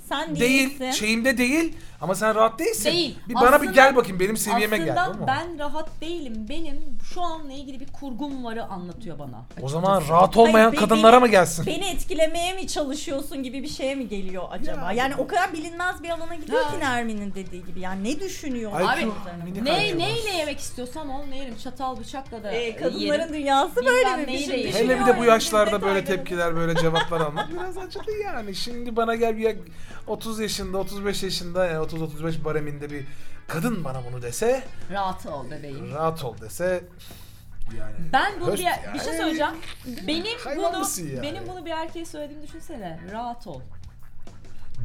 Speaker 1: Sen
Speaker 2: değil, Şey-
Speaker 1: değilsin.
Speaker 2: şeyimde değil ama sen rahat değilsin.
Speaker 3: Değil.
Speaker 2: Bir bana bir
Speaker 3: Aslında-
Speaker 2: gel bakayım benim seviyeme gel.
Speaker 3: Aslında
Speaker 2: tamam mı?
Speaker 3: ben rahat değilim. Benim şu anla ilgili bir kurgum varı anlatıyor bana.
Speaker 2: O zaman rahat olmayan
Speaker 1: Hayır, be-
Speaker 2: kadınlara
Speaker 1: beni-
Speaker 2: mı gelsin?
Speaker 1: Beni etkilemeye mi çalışıyorsun gibi bir şeye mi geliyor acaba? Yani o kadar bilinmez bir alana gidiyor ki Nermin'in dediği gibi. Yani ne düşünüyor?
Speaker 2: Ay,
Speaker 3: Abi,
Speaker 2: çok minik
Speaker 3: Ne
Speaker 2: harcıyorlar.
Speaker 3: neyle yemek istiyorsam onunla yerim. Çatal bıçakla da
Speaker 1: Ee, kadınların
Speaker 3: yerim.
Speaker 1: dünyası
Speaker 3: Bilmem
Speaker 1: böyle mi?
Speaker 3: neyi
Speaker 1: Düşün-
Speaker 3: de yerim.
Speaker 1: düşünüyor
Speaker 2: Hele bir de bu
Speaker 1: yani.
Speaker 2: yaşlarda böyle
Speaker 1: Detayları.
Speaker 2: tepkiler böyle cevaplar almak biraz acılı yani. Şimdi bana gel bir ya- 30 yaşında 35 yaşında yani 30-35 bareminde bir kadın bana bunu dese
Speaker 3: Rahat ol bebeğim.
Speaker 2: rahat ol dese yani.
Speaker 3: Ben bunu
Speaker 2: Höst
Speaker 3: bir,
Speaker 2: ya.
Speaker 3: bir şey söyleyeceğim. Benim
Speaker 2: Hayvan
Speaker 3: bunu
Speaker 2: mısın yani?
Speaker 3: benim bunu bir erkeğe söylediğimi düşünsene. Rahat ol.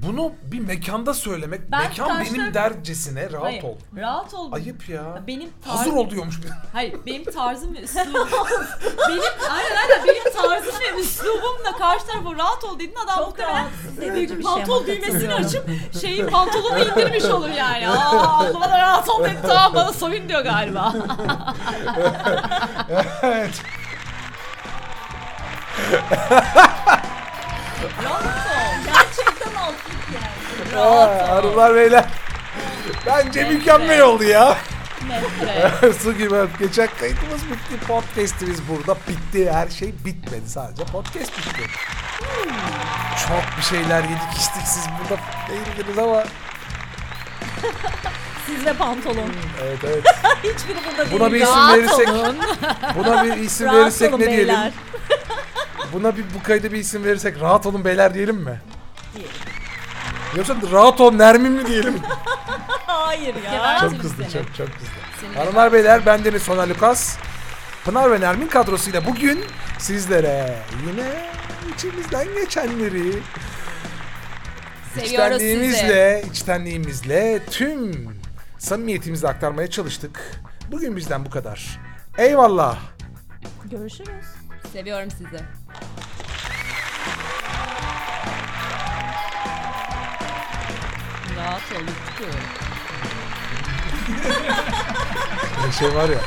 Speaker 2: Bunu bir mekanda söylemek,
Speaker 3: Ben
Speaker 2: mekan
Speaker 3: karşı-
Speaker 2: benim dercesine rahat
Speaker 3: Hayır,
Speaker 2: ol.
Speaker 3: Rahat ol.
Speaker 2: Ayıp ya.
Speaker 3: Benim tarzım.
Speaker 2: Hazır ol diyormuş.
Speaker 3: Hayır benim tarzım ve üslubum. [laughs] benim aynen aynen benim tarzım ve üslubumla karşı tarafa rahat ol dediğin adam
Speaker 1: Çok
Speaker 3: muhtemelen
Speaker 1: rahatsız
Speaker 3: dediği
Speaker 1: edici bir şey ama
Speaker 3: pantol düğmesini
Speaker 1: katılıyorum.
Speaker 3: açıp şeyi pantolonu indirmiş olur yani. Aa bana rahat ol dedi tamam bana soyun diyor galiba.
Speaker 2: evet.
Speaker 3: rahat ol.
Speaker 1: Gerçekten altlık yani.
Speaker 2: Aa, hanımlar beyler. Bence mükemmel oldu ya. [laughs]
Speaker 3: Nefret.
Speaker 2: Su gibi öp geçen kayıtımız bitti. Podcast'imiz burada bitti. Her şey bitmedi sadece. Podcast bitti. Çok bir şeyler yedik içtik. Siz burada değildiniz ama
Speaker 1: Siz ve pantolon.
Speaker 2: evet evet.
Speaker 1: [laughs] Hiçbiri burada değil.
Speaker 2: Buna bir isim
Speaker 1: Rahat
Speaker 2: verirsek
Speaker 1: olun.
Speaker 2: [laughs] buna bir isim
Speaker 1: Rahat
Speaker 2: verirsek
Speaker 1: olun
Speaker 2: ne diyelim?
Speaker 1: beyler.
Speaker 2: Buna bir bu kayda bir isim verirsek rahat olun beyler diyelim mi?
Speaker 1: Diyelim.
Speaker 2: Yoksa rahat ol Nermin mi diyelim?
Speaker 1: Hayır ya.
Speaker 3: Geber-
Speaker 2: çok
Speaker 3: Seni.
Speaker 2: kızdı çok çok kızdı.
Speaker 3: Seni
Speaker 2: Hanımlar beyler
Speaker 3: şey.
Speaker 2: ben Deniz Soner Lukas. Pınar ve Nermin kadrosuyla bugün sizlere yine içimizden geçenleri
Speaker 3: Seviyoruz sizi.
Speaker 2: içtenliğimizle, içtenliğimizle tüm samimiyetimizle aktarmaya çalıştık. Bugün bizden bu kadar. Eyvallah.
Speaker 1: Görüşürüz.
Speaker 3: Seviyorum sizi. Rahat ol lütfen.
Speaker 2: Bir şey var
Speaker 3: [laughs]
Speaker 2: ya.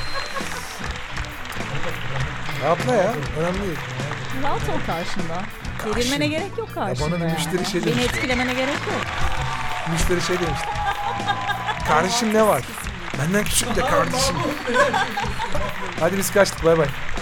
Speaker 2: Yapma ya. Önemli değil.
Speaker 1: Rahat ol karşında. Gerilmene gerek yok karşında.
Speaker 2: bana bir
Speaker 1: yani.
Speaker 2: müşteri şey
Speaker 1: Beni
Speaker 2: demişti.
Speaker 1: etkilemene gerek yok.
Speaker 2: Müşteri şey demişti. Kardeşim ne var? Benden küçük de kardeşim. Hadi biz kaçtık bay bay.